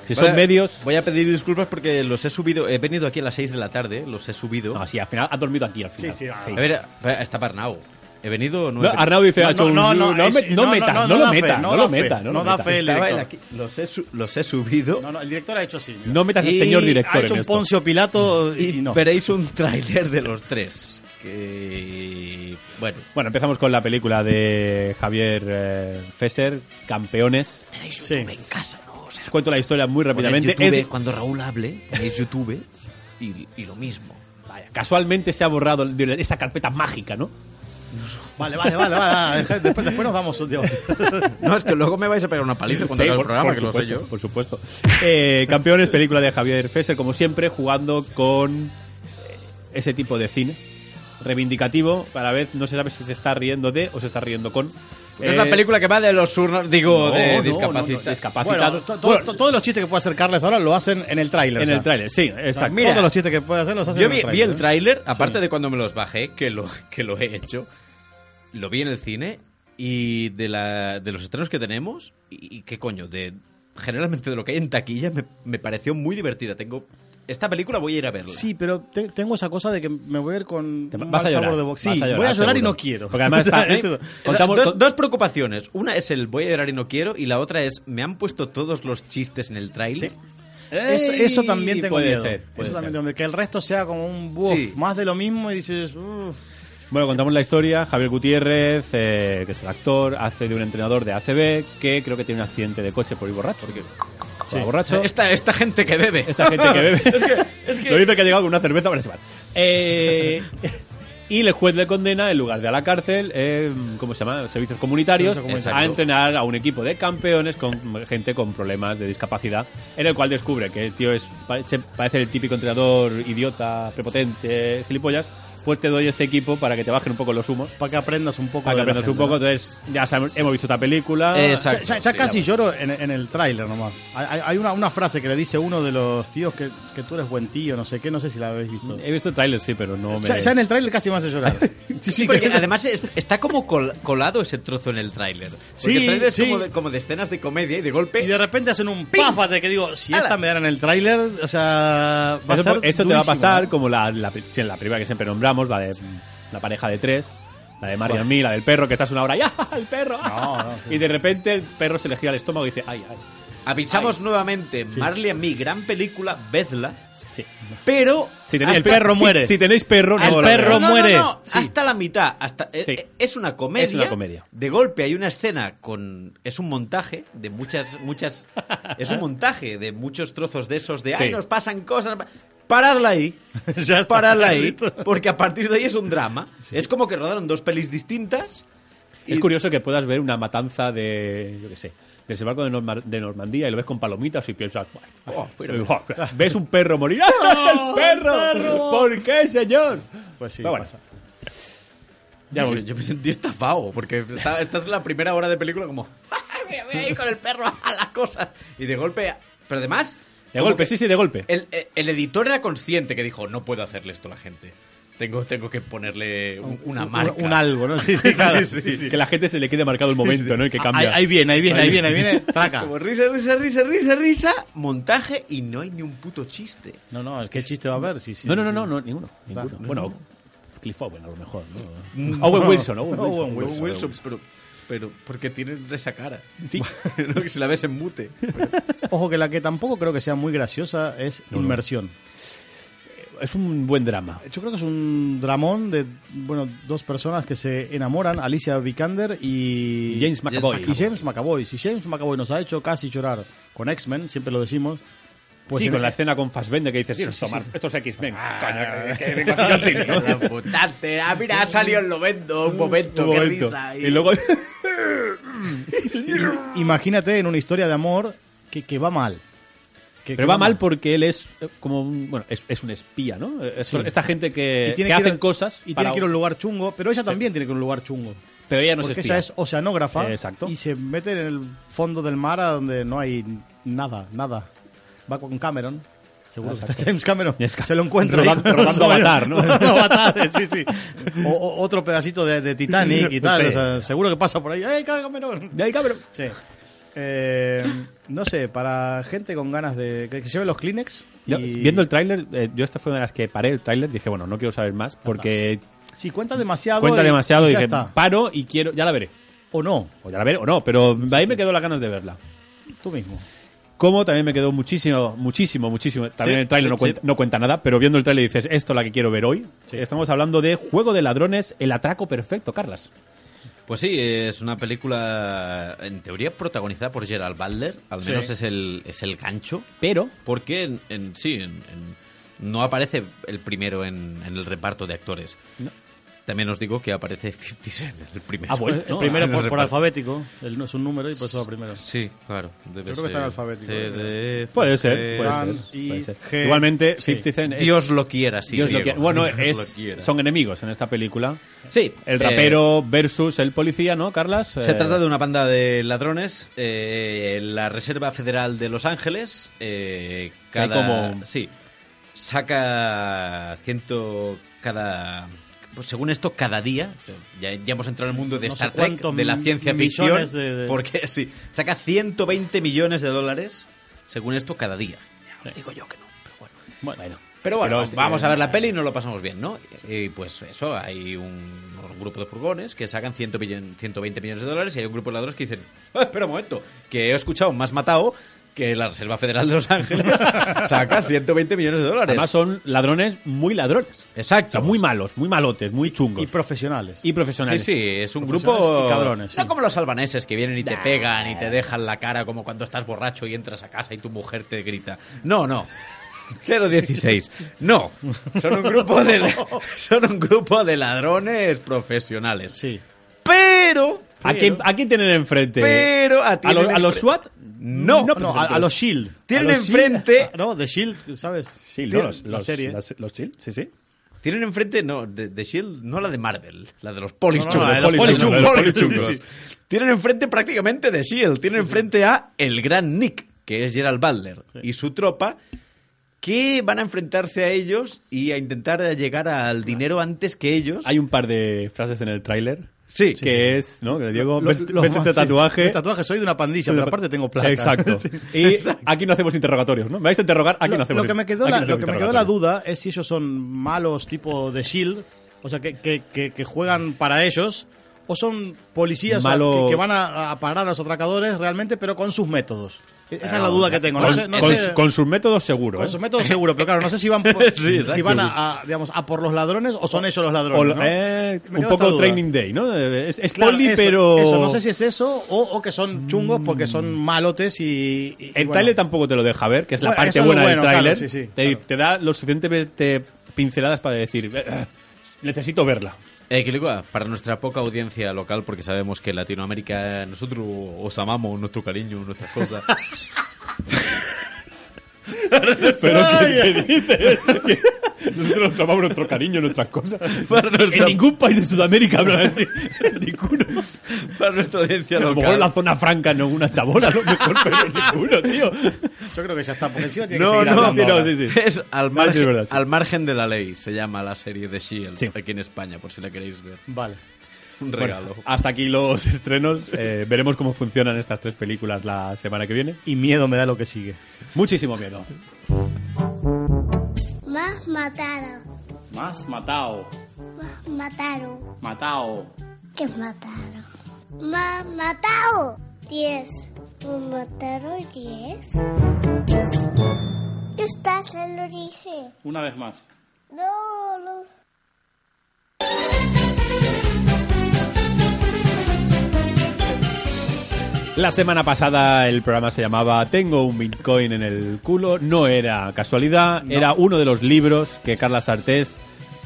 Speaker 1: si son
Speaker 3: Vale,
Speaker 1: medios.
Speaker 3: Voy a pedir disculpas porque los he subido. He venido aquí a las 6 de la tarde, los he subido.
Speaker 1: No, sí, al final ha dormido aquí al final.
Speaker 2: Sí, sí, ah,
Speaker 3: A ver, está Barnau. He venido.
Speaker 1: No, Arnau dice, ha hecho un- no, me-
Speaker 2: es-
Speaker 1: no meta, no, lo
Speaker 2: da fe,
Speaker 1: meta, no
Speaker 2: da
Speaker 1: lo
Speaker 2: fe,
Speaker 1: meta, no lo
Speaker 2: no da
Speaker 1: meta.
Speaker 2: fe el
Speaker 3: Estaba él
Speaker 2: director.
Speaker 3: aquí. Los he, su- los he subido.
Speaker 2: No, no, el director ha hecho así. mira.
Speaker 1: No metas al
Speaker 3: Y
Speaker 1: señor
Speaker 2: ha
Speaker 1: director
Speaker 2: hecho
Speaker 1: en
Speaker 2: un
Speaker 1: esto.
Speaker 2: Poncio Pilato y,
Speaker 3: y
Speaker 2: no.
Speaker 3: veréis un tráiler de los tres. Que. Bueno.
Speaker 1: Bueno, empezamos con la película de Javier eh, Fesser, Campeones.
Speaker 3: Tenéis
Speaker 2: Sí.
Speaker 3: YouTube en casa, ¿no? O sea,
Speaker 1: Os cuento la historia muy
Speaker 3: poned
Speaker 1: rápidamente.
Speaker 3: YouTube,
Speaker 1: Es de-
Speaker 3: Cuando Raúl hable, tenéis YouTube y, y lo mismo.
Speaker 1: Vaya, casualmente se ha borrado de la- esa carpeta mágica, ¿no?
Speaker 2: Vale, vale, vale, vale. *laughs* deja- Después, después nos damos un
Speaker 1: *laughs*
Speaker 2: dios.
Speaker 3: No, es que luego me vais a pegar una paliza cuando
Speaker 1: Sí,
Speaker 3: acabe
Speaker 1: por-
Speaker 3: el programa,
Speaker 1: por
Speaker 3: que
Speaker 1: supuesto,
Speaker 3: lo sé yo.
Speaker 1: Por supuesto. Eh, campeones, película de Javier Fesser, como siempre, jugando con eh, ese tipo de cine. Reivindicativo, a la vez no se sabe si se está riendo de o se está riendo con.
Speaker 3: Pues es la
Speaker 1: Eh,
Speaker 3: película que va de los surnos, digo,
Speaker 1: no,
Speaker 3: de
Speaker 1: no, no, no,
Speaker 3: discapacitados.
Speaker 1: discapacitado.
Speaker 2: to- to-
Speaker 1: Bueno,
Speaker 2: to- todos los chistes que puede hacer Carles ahora lo hacen en el tráiler.
Speaker 1: en
Speaker 2: o sea.
Speaker 1: el tráiler, sí,
Speaker 2: O sea,
Speaker 1: exacto.
Speaker 2: Todos los chistes que puede hacer los hacen
Speaker 3: Yo
Speaker 2: en
Speaker 3: vi,
Speaker 2: el
Speaker 3: vi
Speaker 2: tráiler.
Speaker 3: el tráiler, aparte de cuando me los bajé, que lo, *laughs* que lo he hecho, lo vi en el cine y de, la, de los estrenos que tenemos, y, y qué coño, de generalmente de lo que hay en taquilla, me, me pareció muy divertida. Tengo esta película voy a ir a verla.
Speaker 2: Sí, pero te- tengo esa cosa de que me voy a ir con
Speaker 1: Te-
Speaker 2: un
Speaker 1: vas a
Speaker 2: mal
Speaker 1: llorar,
Speaker 2: sabor de boca. Sí,
Speaker 1: vas a llorar,
Speaker 2: voy a llorar y
Speaker 1: seguro.
Speaker 2: no quiero.
Speaker 1: Porque además
Speaker 2: *laughs* O sea,
Speaker 1: está-
Speaker 2: es todo.
Speaker 3: O sea,
Speaker 1: Contamos-
Speaker 3: dos,
Speaker 1: con-
Speaker 3: dos preocupaciones. Una es el voy a llorar y no quiero, y la otra es me han puesto todos los chistes en el tráiler.
Speaker 1: Sí.
Speaker 2: Eso, eso también tengo
Speaker 1: puede
Speaker 2: miedo.
Speaker 1: ser, puede
Speaker 2: Eso también
Speaker 1: ser.
Speaker 2: tengo miedo. Que el resto sea como un buff,
Speaker 3: Sí.
Speaker 2: más de lo mismo y dices... uff.
Speaker 1: Bueno, contamos la historia. Javier Gutiérrez, eh, que es el actor, hace de un entrenador de ACB que creo que tiene un accidente de coche por ir borracho.
Speaker 3: Porque-
Speaker 1: Por borracho.
Speaker 3: Esta, esta gente que bebe.
Speaker 1: Esta gente que bebe.
Speaker 3: *laughs* es que, es que-
Speaker 1: Lo dice que ha llegado con una cerveza para ese bar. Eh, *laughs* y el juez le condena, en lugar de a la cárcel, eh, ¿cómo se llama? Servicios comunitarios,
Speaker 3: Servicios comunitarios.
Speaker 1: a entrenar a un equipo de campeones con gente con problemas de discapacidad, en el cual descubre que el tío es, parece, parece el típico entrenador idiota, prepotente, gilipollas. Pues te doy este equipo para que te bajen un poco los humos.
Speaker 2: Para que aprendas un poco.
Speaker 1: Para que
Speaker 2: de la
Speaker 1: aprendas un
Speaker 2: gente,
Speaker 1: poco,
Speaker 2: ¿no?
Speaker 1: entonces ya sabemos- hemos visto esta película.
Speaker 3: Exacto.
Speaker 2: Ya, ya
Speaker 3: sí,
Speaker 2: casi
Speaker 3: ya.
Speaker 2: lloro en, en el tráiler nomás. Hay, hay- hay una, una frase que le dice uno de los tíos que, que tú eres buen tío, no sé qué, no sé si la habéis visto.
Speaker 1: He visto el tráiler, sí, pero no me...
Speaker 2: Ya, ya en el tráiler casi me hace llorar. sí, sí,
Speaker 3: Porque
Speaker 2: que-
Speaker 3: además es- está como col- colado ese trozo en el tráiler. Porque
Speaker 2: Sí,
Speaker 3: el tráiler es
Speaker 2: sí.
Speaker 3: como de, como de escenas de comedia y de golpe.
Speaker 2: Y de repente hacen un páfate que digo, si esta
Speaker 3: ¡Hala!
Speaker 2: me dan en el tráiler, o sea, va a
Speaker 1: Eso,
Speaker 2: ser
Speaker 1: eso te va a
Speaker 2: durísimo,
Speaker 1: pasar
Speaker 2: ¿eh?
Speaker 1: como la, la, sí, la primera que siempre nombramos, la de la pareja de tres, la de Marian Mí, la del perro, que estás una hora, ¡ya! ¡El perro!
Speaker 2: No,
Speaker 1: *laughs*
Speaker 2: no, sí.
Speaker 1: Y de repente el perro se le gira el estómago y dice, ¡ay, ay!
Speaker 3: Avisamos nuevamente, Marley a mi gran película, vedla.
Speaker 1: Sí.
Speaker 3: Pero
Speaker 4: Ah,
Speaker 1: Si tenéis,
Speaker 2: El
Speaker 1: pe-
Speaker 2: perro
Speaker 1: si-
Speaker 2: muere.
Speaker 1: Si, tenéis perro, no
Speaker 3: hasta-
Speaker 1: lo
Speaker 2: perro
Speaker 1: veáis.
Speaker 3: no, no,
Speaker 2: muere.
Speaker 3: no,
Speaker 2: Sí.
Speaker 3: hasta la mitad. Hasta, eh,
Speaker 1: Sí.
Speaker 3: eh, es una comedia.
Speaker 1: Es una comedia.
Speaker 3: De golpe hay una escena con es un montaje de muchas *laughs* muchas es un montaje de muchos trozos de esos de ay
Speaker 1: Sí.
Speaker 3: nos pasan cosas. Paradla *laughs* ahí.
Speaker 2: Ya está.
Speaker 3: Paradla ahí, porque a partir de ahí es un drama. Es como que rodaron dos pelis distintas.
Speaker 1: Es curioso que puedas ver una matanza de, yo qué sé, del barco de, Norma- de Normandía y lo ves con palomitas y piensas, "Buah,
Speaker 3: Oh, pero-
Speaker 1: buah, ves un perro morir, *laughs* ¡Ah, el perro! ¿Por qué, señor?
Speaker 2: Pues sí,
Speaker 1: Pero bueno,
Speaker 2: pasa.
Speaker 1: ya
Speaker 3: yo,
Speaker 1: hemos-
Speaker 3: yo me sentí estafado, porque esta, esta es la primera hora de película como... "Ah, Mira, voy a ir con el perro a las cosas. Y de golpe... Pero además,
Speaker 1: De golpe, sí, sí, de golpe.
Speaker 3: El, el editor era consciente que dijo, no puedo hacerle esto a la gente. Tengo, tengo que ponerle un- una marca.
Speaker 2: Un, un algo, *laughs* ¿no? Sí, sí, claro.
Speaker 1: Que la gente se le quede marcado el momento, ¿no? El que
Speaker 2: Ahí,
Speaker 1: cambia.
Speaker 2: ahí viene, ahí viene, ahí viene,
Speaker 1: *laughs*
Speaker 2: ahí viene. Traca.
Speaker 3: Como risa, risa, risa, risa, risa, montaje y no hay ni un puto *laughs* chiste.
Speaker 2: No, no, ¿qué chiste va a haber? Sí, sí,
Speaker 1: No, no, no,
Speaker 2: sí.
Speaker 1: no, no, ninguno. ninguno.
Speaker 2: no, Mm.
Speaker 1: Bueno, Cliff Owen a lo mejor, ¿no? Owen Wilson, Owen Wilson.
Speaker 2: Owen Wilson.
Speaker 3: pero, pero porque tiene esa cara.
Speaker 1: Sí.
Speaker 3: Lo que si la ves en *laughs* mute.
Speaker 2: Ojo que la que tampoco creo que sea muy graciosa es Inmersión.
Speaker 1: Es un buen drama.
Speaker 2: Yo creo que es un dramón de bueno dos personas que se enamoran, Alicia Vikander y
Speaker 1: James McAvoy.
Speaker 2: Y James McAvoy. Si James McAvoy nos ha hecho casi llorar con X-Men, siempre lo decimos. pues
Speaker 1: sí,
Speaker 2: en-
Speaker 1: con la escena con Fassbender que dice, sí, esto, Mar- esto es X-Men.
Speaker 2: Ah,
Speaker 1: Coño, que- que vengo aquí al cine, ¿no?
Speaker 3: La putante. Ah, mira, ha salido el momento, un momento,
Speaker 1: Un
Speaker 3: qué
Speaker 1: momento.
Speaker 3: risa.
Speaker 2: eh.
Speaker 1: Y
Speaker 2: *laughs*
Speaker 1: luego...
Speaker 2: Imagínate en una historia de amor que, que va mal. Que-
Speaker 1: Pero
Speaker 2: que
Speaker 1: va mal porque él es eh, como un... Bueno, es, es un espía, ¿no? Esto- Esta gente que, que
Speaker 2: Y tiene que ir a-
Speaker 1: hacen cosas
Speaker 2: Y
Speaker 1: para-
Speaker 2: tiene que ir a un lugar chungo, pero ella también tiene que ir a un lugar chungo.
Speaker 1: Pero ella no es
Speaker 2: porque
Speaker 1: espía.
Speaker 2: ella es oceanógrafa
Speaker 1: Eh, exacto.
Speaker 2: y se mete en el fondo del mar a donde no hay nada, nada. Va con Cameron. Seguro que está James Cameron.
Speaker 1: Es Cam-
Speaker 2: Se lo encuentra. ahí
Speaker 1: rodando-
Speaker 2: con los *laughs*
Speaker 1: rodando
Speaker 2: hoyos.
Speaker 1: Avatar, ¿no? *laughs*
Speaker 2: Rodando Avatar, sí, sí. O- o- otro pedacito de, de Titanic y tal.
Speaker 1: Sí.
Speaker 2: o sea, seguro que pasa por ahí. ¡Ey, Cameron!
Speaker 1: De ahí, cabrón.
Speaker 2: Sí. Eh, no sé, para gente con ganas de... Que, que lleve los Kleenex.
Speaker 1: Yo,
Speaker 2: y-
Speaker 1: Viendo el tráiler, eh, yo esta fue una de las que paré el tráiler, dije, bueno, no quiero saber más porque
Speaker 2: Sí, cuenta demasiado.
Speaker 1: cuenta
Speaker 2: y-
Speaker 1: demasiado
Speaker 2: y
Speaker 1: y
Speaker 2: ya
Speaker 1: dije,
Speaker 2: está.
Speaker 1: paro y quiero, ya la veré.
Speaker 2: O no,
Speaker 1: O ya la veré o no, pero ahí me quedó las ganas de verla.
Speaker 2: tú mismo.
Speaker 1: Como también me quedó muchísimo, muchísimo, muchísimo. También
Speaker 3: Sí,
Speaker 1: el tráiler no,
Speaker 3: sí.
Speaker 1: cuenta, no cuenta nada, pero viendo el tráiler dices, esto es la que quiero ver hoy. Estamos hablando de Juego de Ladrones, el atraco perfecto, Carlas.
Speaker 3: Pues sí, es una película en teoría protagonizada por Gerald Butler, al menos es, el, es el gancho,
Speaker 1: Pero
Speaker 3: porque en, en- sí, en- en- no aparece el primero en, en el reparto de actores. También os digo que aparece 50 Cent, el primero.
Speaker 1: Ha vuelto, Ah,
Speaker 2: El
Speaker 1: ¿no?
Speaker 2: primero
Speaker 3: En el
Speaker 2: por, por
Speaker 3: reparto.
Speaker 2: alfabético. El, es un número y por eso va primero.
Speaker 3: Sí, claro.
Speaker 2: Yo creo
Speaker 3: debe
Speaker 2: que ¿eh? está en alfabético.
Speaker 3: CD,
Speaker 1: puede ser,
Speaker 3: C,
Speaker 1: puede
Speaker 2: Dan
Speaker 1: ser.
Speaker 2: y
Speaker 1: puede ser.
Speaker 2: G.
Speaker 1: Igualmente,
Speaker 2: Sí.
Speaker 1: 50 Cent es-
Speaker 3: Dios lo quiera, sí.
Speaker 1: Dios lo
Speaker 3: Diego.
Speaker 1: quiera. Bueno,
Speaker 3: Dios
Speaker 1: es,
Speaker 3: lo quiera.
Speaker 1: son enemigos en esta película.
Speaker 3: Sí,
Speaker 1: El
Speaker 3: eh,
Speaker 1: rapero versus el policía, ¿no, Carlas? Eh,
Speaker 3: Se trata de una banda de ladrones, eh, la Reserva Federal de Los Ángeles, eh,
Speaker 1: Que hay
Speaker 3: cada
Speaker 1: como-
Speaker 3: sí, saca ciento cada pues según esto cada día, o sea, ya, ya hemos entrado en el mundo de
Speaker 2: No sé
Speaker 3: Star Trek,
Speaker 2: cuántos
Speaker 3: de la ciencia ficción,
Speaker 2: millones de- de-
Speaker 3: porque sí, saca 120 millones de dólares según esto cada día. Ya os digo yo que no, pero bueno.
Speaker 1: Bueno,
Speaker 3: Pero bueno,
Speaker 1: Pero- eh,
Speaker 3: vamos a ver la peli y nos lo pasamos bien, ¿no? Y pues eso, hay un, un grupo de furgones que sacan 100 billen- 120 millones de dólares y hay un grupo de ladrones que dicen, "Ah, espera un momento, que he escuchado más matado que la Reserva Federal de Los
Speaker 1: *laughs*
Speaker 3: Ángeles saca 120 millones de dólares.
Speaker 1: Además son ladrones muy ladrones. O
Speaker 3: Exacto.
Speaker 1: sea, muy malos, muy malotes, muy
Speaker 2: Y
Speaker 1: chungos.
Speaker 2: profesionales.
Speaker 1: Y,
Speaker 3: Sí,
Speaker 1: profesionales.
Speaker 3: sí, es un
Speaker 2: Profesionales
Speaker 3: grupo...
Speaker 2: y cabrones, sí.
Speaker 3: No como los albaneses que vienen y te pegan y te dejan la cara como cuando estás borracho y entras a casa y tu mujer te grita. No, no. 016. No. Son un grupo de, son un grupo de ladrones profesionales.
Speaker 2: sí.
Speaker 3: Pero...
Speaker 1: ¿A, quién, ¿A quién tienen enfrente?
Speaker 3: Pero...
Speaker 1: ¿A,
Speaker 3: tienen
Speaker 1: los- a los
Speaker 3: enfre-
Speaker 1: SWAT?
Speaker 3: No.
Speaker 2: No, a, a los Shield.
Speaker 3: Tienen
Speaker 2: A los Shield.
Speaker 3: enfrente-
Speaker 2: No, de Shield, ¿sabes?
Speaker 1: Sí,
Speaker 2: Tienen-
Speaker 1: no, los,
Speaker 2: la
Speaker 1: los,
Speaker 2: serie.
Speaker 1: las- los chill, sí, sí.
Speaker 3: Tienen enfrente, no, de, de Shield, E no la de Marvel, la de los polis
Speaker 2: No, no,
Speaker 3: chungos.
Speaker 2: la de Ah, los
Speaker 3: Polis
Speaker 2: polis
Speaker 3: chungos,
Speaker 2: chungos.
Speaker 3: polis
Speaker 2: Sí, sí,
Speaker 3: *laughs* chungos.
Speaker 2: sí.
Speaker 3: Tienen enfrente prácticamente de Shield. Tienen enfrente a el gran Nick, que es Gerald Butler, y su tropa, que van a enfrentarse a ellos y a intentar llegar al dinero antes que ellos.
Speaker 1: Hay un par de frases en el tráiler
Speaker 3: Sí.
Speaker 1: que es, ¿no? Que Diego,
Speaker 2: Los-
Speaker 1: ves,
Speaker 2: los-
Speaker 1: ves este
Speaker 2: sí,
Speaker 1: tatuaje.
Speaker 2: el tatuaje soy de una pandilla, pero aparte tengo plata.
Speaker 1: Exacto.
Speaker 2: *laughs* Sí.
Speaker 1: Y aquí no hacemos interrogatorios, ¿no? Me vais a interrogar, aquí
Speaker 2: Lo,
Speaker 1: no hacemos
Speaker 2: lo que me quedó,
Speaker 1: aquí
Speaker 2: la,
Speaker 1: no
Speaker 2: lo
Speaker 1: hacemos
Speaker 2: que me quedó la
Speaker 1: interrogatorios.
Speaker 2: duda es si ellos son malos tipo de Shield, o sea, que, que, que, que juegan para ellos, o son policías
Speaker 1: Malo-
Speaker 2: que, que van a, a parar a los atracadores realmente, pero con sus métodos. E- Esa es la duda que tengo. No
Speaker 1: Con,
Speaker 2: sé- no
Speaker 1: con-
Speaker 2: sé-
Speaker 1: con sus métodos seguro.
Speaker 2: Con
Speaker 1: ¿eh?
Speaker 2: su método seguro, pero claro, no
Speaker 1: *laughs*
Speaker 2: sé si van, por-
Speaker 3: Sí,
Speaker 2: si van a, a, digamos, a por los ladrones o son ellos los
Speaker 1: O
Speaker 2: ladrones.
Speaker 1: la-
Speaker 2: ¿no?
Speaker 1: eh,
Speaker 2: Me
Speaker 1: un
Speaker 2: quedo esta
Speaker 1: poco
Speaker 2: duda.
Speaker 1: Training Day, ¿no? Eh, Es, es
Speaker 2: Claro,
Speaker 1: poli,
Speaker 2: eso,
Speaker 1: pero... Mm.
Speaker 2: eso, no sé si es eso o, o que son chungos porque son malotes y. y- y
Speaker 1: El
Speaker 2: bueno.
Speaker 1: tráiler tampoco te lo deja ver, que es la
Speaker 2: Bueno, eso
Speaker 1: parte
Speaker 2: es lo
Speaker 1: buena
Speaker 2: bueno,
Speaker 1: del tráiler.
Speaker 2: claro, sí, sí,
Speaker 1: te,
Speaker 2: claro.
Speaker 1: te da lo suficientemente pinceladas para decir, "Eh, necesito
Speaker 2: *laughs*
Speaker 1: verla.
Speaker 3: Eh, que digo, ah, para nuestra poca audiencia local, porque sabemos que Latinoamérica, nosotros os amamos, nuestro cariño, nuestras cosas.
Speaker 1: Pero ¿qué, qué dices? *laughs* ¿Qué? Nosotros nos tomamos nuestro cariño, nuestras cosas.
Speaker 3: Para
Speaker 1: En
Speaker 3: nuestra-
Speaker 1: ningún país de Sudamérica hablan
Speaker 3: *laughs*
Speaker 1: así. Ninguno.
Speaker 3: Para nuestra audiencia
Speaker 1: A lo mejor en la zona franca en alguna chabola, a lo mejor,
Speaker 3: *laughs*
Speaker 1: pero ninguno, tío.
Speaker 2: Yo creo que ya está, porque encima tiene que
Speaker 1: No,
Speaker 2: seguir
Speaker 1: no,
Speaker 2: hablando
Speaker 1: sí, no,
Speaker 2: ahora.
Speaker 1: sí, sí.
Speaker 3: *laughs* Es al margen,
Speaker 1: es verdad, sí.
Speaker 3: al margen de la ley, se llama la serie de Shield
Speaker 1: Sí.
Speaker 3: aquí en España, por si la queréis ver.
Speaker 2: Vale.
Speaker 3: Un
Speaker 1: Bueno,
Speaker 3: regalo.
Speaker 1: hasta aquí los *laughs* estrenos. Eh, veremos cómo funcionan estas tres películas la semana que viene.
Speaker 2: Y miedo me da lo que sigue.
Speaker 1: Muchísimo miedo.
Speaker 5: Más matado.
Speaker 2: Más matado,
Speaker 5: Más mataron.
Speaker 2: matado.
Speaker 5: ¿Qué mataron? Más matado. Diez. Más mataron diez. ¿Qué estás? Se lo dije.
Speaker 2: Una vez más.
Speaker 5: No, no.
Speaker 1: La semana pasada el programa se llamaba Tengo un Bitcoin en el culo. No era casualidad, era uno de los libros que Carla Sartés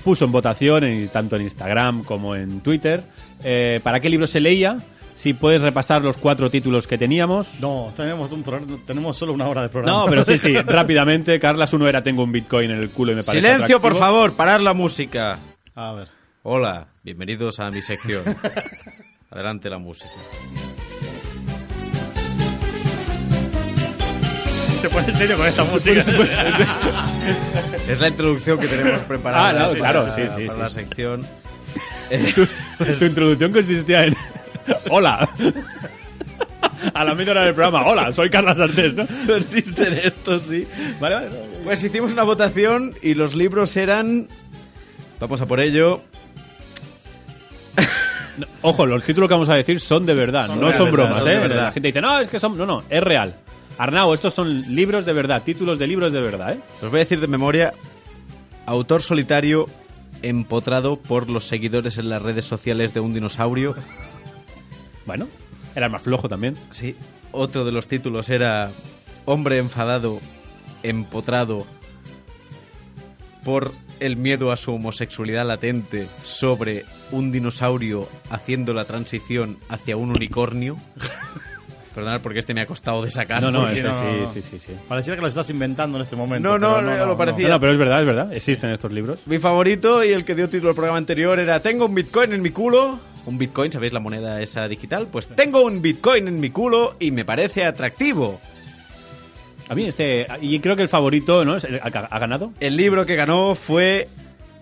Speaker 1: puso en votación, en- tanto en Instagram como en Twitter. Eh, ¿Para qué libro se leía? Si puedes repasar los cuatro títulos que teníamos.
Speaker 2: No, tenemos, un programa- tenemos solo una hora de programa.
Speaker 1: No, pero sí, *laughs* sí, rápidamente. Carlas, uno era Tengo un Bitcoin en el culo y me parece.
Speaker 3: Silencio, por
Speaker 1: atractivo.
Speaker 3: favor, parar la música.
Speaker 2: *laughs* A ver.
Speaker 3: Hola, bienvenidos a mi sección. Adelante la música.
Speaker 2: Se pone en serio con esta música.
Speaker 3: Es la introducción que tenemos preparada
Speaker 1: Ah, no,
Speaker 3: para-
Speaker 1: claro,
Speaker 3: para-
Speaker 1: sí, sí,
Speaker 3: para
Speaker 1: sí.
Speaker 3: la sección. Pues-
Speaker 1: Tu introducción consistía en. Hola. A la media hora del programa. Hola, soy Carlas Sartés, ¿no?
Speaker 3: Consiste en esto, sí.
Speaker 1: Vale, vale.
Speaker 3: Pues hicimos una votación y los libros eran. Vamos a por ello.
Speaker 1: Ojo, los títulos que vamos a decir son de verdad,
Speaker 3: Son
Speaker 1: no
Speaker 3: de
Speaker 1: son
Speaker 3: verdad,
Speaker 1: bromas,
Speaker 3: son de
Speaker 1: ¿eh?
Speaker 3: verdad.
Speaker 1: La gente dice, no, es que son. No, no, es real. Arnau, estos son libros de verdad, títulos de libros de verdad, ¿eh?
Speaker 3: Os voy a decir de memoria. Autor solitario empotrado por los seguidores en las redes sociales de un dinosaurio.
Speaker 1: Bueno, era más flojo también.
Speaker 3: Sí. Otro de los títulos era Hombre enfadado, empotrado por el miedo a su homosexualidad latente sobre un dinosaurio haciendo la transición hacia un unicornio. *laughs* Perdonad porque este me ha costado de sacar.
Speaker 1: No, no,
Speaker 3: porque
Speaker 1: este
Speaker 2: no,
Speaker 1: sí,
Speaker 2: no.
Speaker 1: sí, sí, sí.
Speaker 2: *laughs* Pareciera que lo estás inventando en este momento.
Speaker 3: No, no,
Speaker 2: pero
Speaker 3: lo parecía.
Speaker 1: No, no, pero es verdad, es verdad. Existen estos libros.
Speaker 3: Mi favorito y el que dio título al programa anterior era Tengo un Bitcoin en mi culo. Un Bitcoin, ¿sabéis la moneda esa digital? Pues tengo un Bitcoin en mi culo y me parece atractivo.
Speaker 1: A mí este. Y creo que el favorito, ¿no? Es el- ¿Ha, ha ganado?
Speaker 3: El libro que ganó fue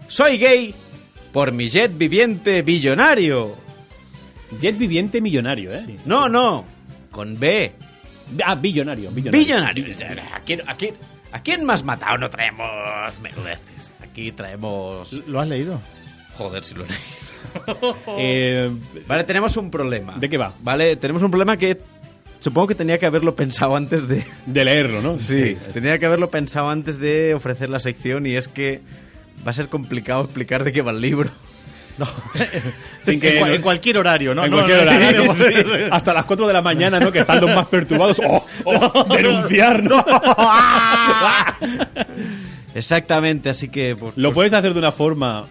Speaker 3: Soy gay por mi jet viviente billonario.
Speaker 1: Jet viviente millonario, ¿eh?
Speaker 3: No, no, con B.
Speaker 1: Ah, billonario, billonario.
Speaker 3: Billonario. ¿A quién, a quién- a quién más matado no traemos menudeces? Aquí traemos...
Speaker 2: ¿Lo has
Speaker 1: *laughs*
Speaker 2: leído?
Speaker 3: Joder, si lo leí.
Speaker 1: Eh,
Speaker 3: Vale, tenemos un problema.
Speaker 1: ¿De qué va?
Speaker 3: Vale, tenemos un problema que supongo que tenía que haberlo pensado antes de...
Speaker 1: de leerlo, ¿no?
Speaker 3: tenía que haberlo pensado antes de ofrecer la sección y es que va a ser complicado explicar de qué va el libro. *laughs*
Speaker 2: No.
Speaker 1: Sin
Speaker 2: *laughs* en,
Speaker 1: que-
Speaker 2: cua- en cualquier horario, ¿no?
Speaker 1: en
Speaker 2: No,
Speaker 1: cualquier
Speaker 2: no,
Speaker 1: hora.
Speaker 2: no,
Speaker 1: Sí,
Speaker 2: *laughs*
Speaker 1: Hasta las 4 de la mañana, ¿no? Que están los más perturbados. ¡Oh! oh, ¡Denunciar! ¿no?
Speaker 3: Exactamente, así que... pues,
Speaker 1: Lo
Speaker 3: pues,
Speaker 1: puedes hacer de una forma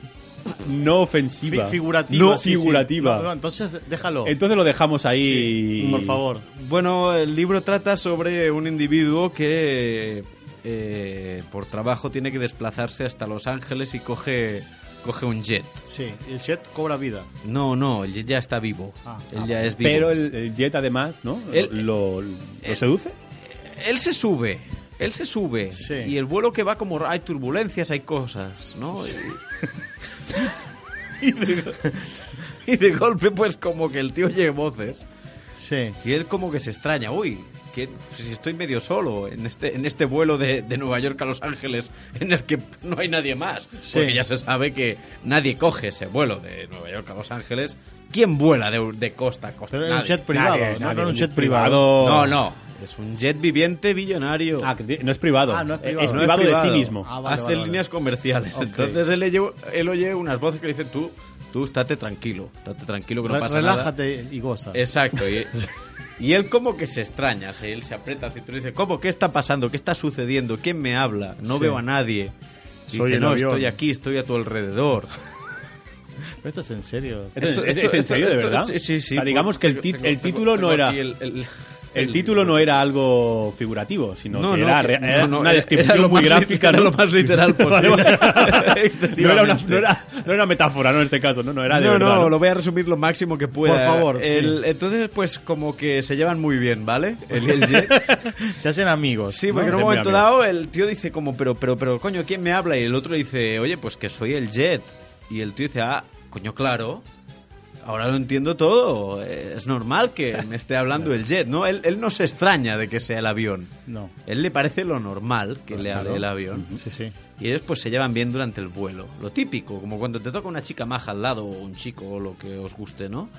Speaker 1: no
Speaker 2: Fi-
Speaker 1: ofensiva.
Speaker 2: Figurativa.
Speaker 1: No
Speaker 2: sí, sí.
Speaker 1: figurativa.
Speaker 2: No, no, entonces déjalo.
Speaker 1: Entonces lo dejamos ahí.
Speaker 2: Sí, por favor.
Speaker 3: Bueno, el libro trata sobre un individuo que eh, por trabajo tiene que desplazarse hasta Los Ángeles y coge, coge un jet.
Speaker 2: Sí, el jet cobra vida.
Speaker 3: No, no, el jet ya está vivo.
Speaker 2: Ah,
Speaker 3: él
Speaker 2: ah,
Speaker 3: ya es vivo.
Speaker 1: Pero el, el Jet, además, ¿no?
Speaker 3: El-
Speaker 1: ¿Lo, lo seduce?
Speaker 3: Él se sube, él se sube.
Speaker 2: Sí.
Speaker 3: Y el vuelo que va como hay turbulencias, hay cosas, ¿no? Y, y de, *laughs* y de golpe pues como que el tío oye voces.
Speaker 2: Sí.
Speaker 3: Y él como que se extraña, uy, que si estoy medio solo en este, en este vuelo de, de Nueva York a Los Ángeles en el que no hay nadie más.
Speaker 2: Sí.
Speaker 3: Porque ya se sabe que nadie coge ese vuelo de Nueva York a Los Ángeles. ¿Quién vuela de, de costa a costa?
Speaker 2: Pero era un
Speaker 3: Nadie.
Speaker 2: jet privado,
Speaker 1: Nadie,
Speaker 2: no,
Speaker 1: nadie.
Speaker 2: no era un jet privado.
Speaker 1: privado.
Speaker 3: No, no. Es un jet viviente billonario.
Speaker 1: Ah, que no es privado.
Speaker 2: Ah, no es
Speaker 1: Eh,
Speaker 2: privado.
Speaker 1: Es
Speaker 2: No es
Speaker 1: privado de sí
Speaker 3: privado.
Speaker 1: mismo.
Speaker 2: Ah, vale,
Speaker 3: Hace
Speaker 2: vale, vale.
Speaker 3: líneas comerciales.
Speaker 2: Ok.
Speaker 3: Entonces él, oye- él oye unas voces que le dicen tú, tú estate tranquilo, estate tranquilo que no
Speaker 2: Re-
Speaker 3: pasa nada.
Speaker 2: Relájate y goza.
Speaker 3: Exacto.
Speaker 1: *laughs*
Speaker 3: Y, y él como que se extraña, se- él se aprieta el cinturón y dice, ¿cómo? ¿Qué está pasando? ¿Qué está sucediendo? ¿Quién me habla? No
Speaker 2: Sí.
Speaker 3: veo a nadie. Y
Speaker 2: Soy
Speaker 3: dice,
Speaker 2: el
Speaker 3: no,
Speaker 2: avión".
Speaker 3: estoy aquí, estoy a tu alrededor.
Speaker 2: Esto es en serio.
Speaker 1: Esto- *laughs*
Speaker 3: Esto-
Speaker 1: ¿Es,
Speaker 3: esto-
Speaker 1: es en
Speaker 3: esto-
Speaker 1: serio, de
Speaker 3: esto-
Speaker 1: verdad?
Speaker 3: sí, sí, sí.
Speaker 1: O sea, digamos que el,
Speaker 3: Tengo-
Speaker 1: tit- el
Speaker 3: tengo-
Speaker 1: título
Speaker 3: tengo
Speaker 1: no era.
Speaker 3: aquí el- el-
Speaker 1: El título no era algo figurativo, sino
Speaker 3: No,
Speaker 1: que
Speaker 3: no,
Speaker 1: era,
Speaker 3: que-
Speaker 1: re- era
Speaker 3: no, no,
Speaker 1: una
Speaker 3: era-
Speaker 1: descripción
Speaker 3: era lo
Speaker 1: muy
Speaker 3: más-
Speaker 1: gráfica.
Speaker 3: era
Speaker 1: ¿no?
Speaker 3: lo
Speaker 1: *laughs*
Speaker 3: más literal
Speaker 1: Vale, vale.
Speaker 3: *laughs* posible.
Speaker 1: no, era una,
Speaker 3: Excesivamente.
Speaker 1: no, era, no era metáfora, ¿no? En este caso, no, no era de
Speaker 3: no,
Speaker 1: verdad.
Speaker 3: no,
Speaker 1: ¿no?
Speaker 3: lo voy a resumir lo máximo que pueda.
Speaker 2: Por favor,
Speaker 3: El- Entonces, pues como que se llevan muy bien, ¿vale?
Speaker 1: *laughs*
Speaker 3: El, el Jet.
Speaker 2: Se hacen amigos.
Speaker 3: Sí, porque
Speaker 1: De
Speaker 3: en un
Speaker 1: muy
Speaker 3: momento
Speaker 1: amigos.
Speaker 3: dado el tío dice como, pero, pero, pero, coño, ¿quién me habla? Y el otro dice, oye, pues que soy el Jet. Y el tío dice, ah, coño, claro. Ahora lo entiendo todo. Eh, Es normal que me esté hablando el Jet, ¿no? Él, él no se extraña de que sea el avión.
Speaker 2: No.
Speaker 3: Él le parece lo normal que le hable el avión.
Speaker 2: Sí, sí.
Speaker 3: Y ellos pues se llevan bien durante el vuelo. Lo típico, como cuando te toca una chica maja al lado o un chico o lo que os guste, ¿no?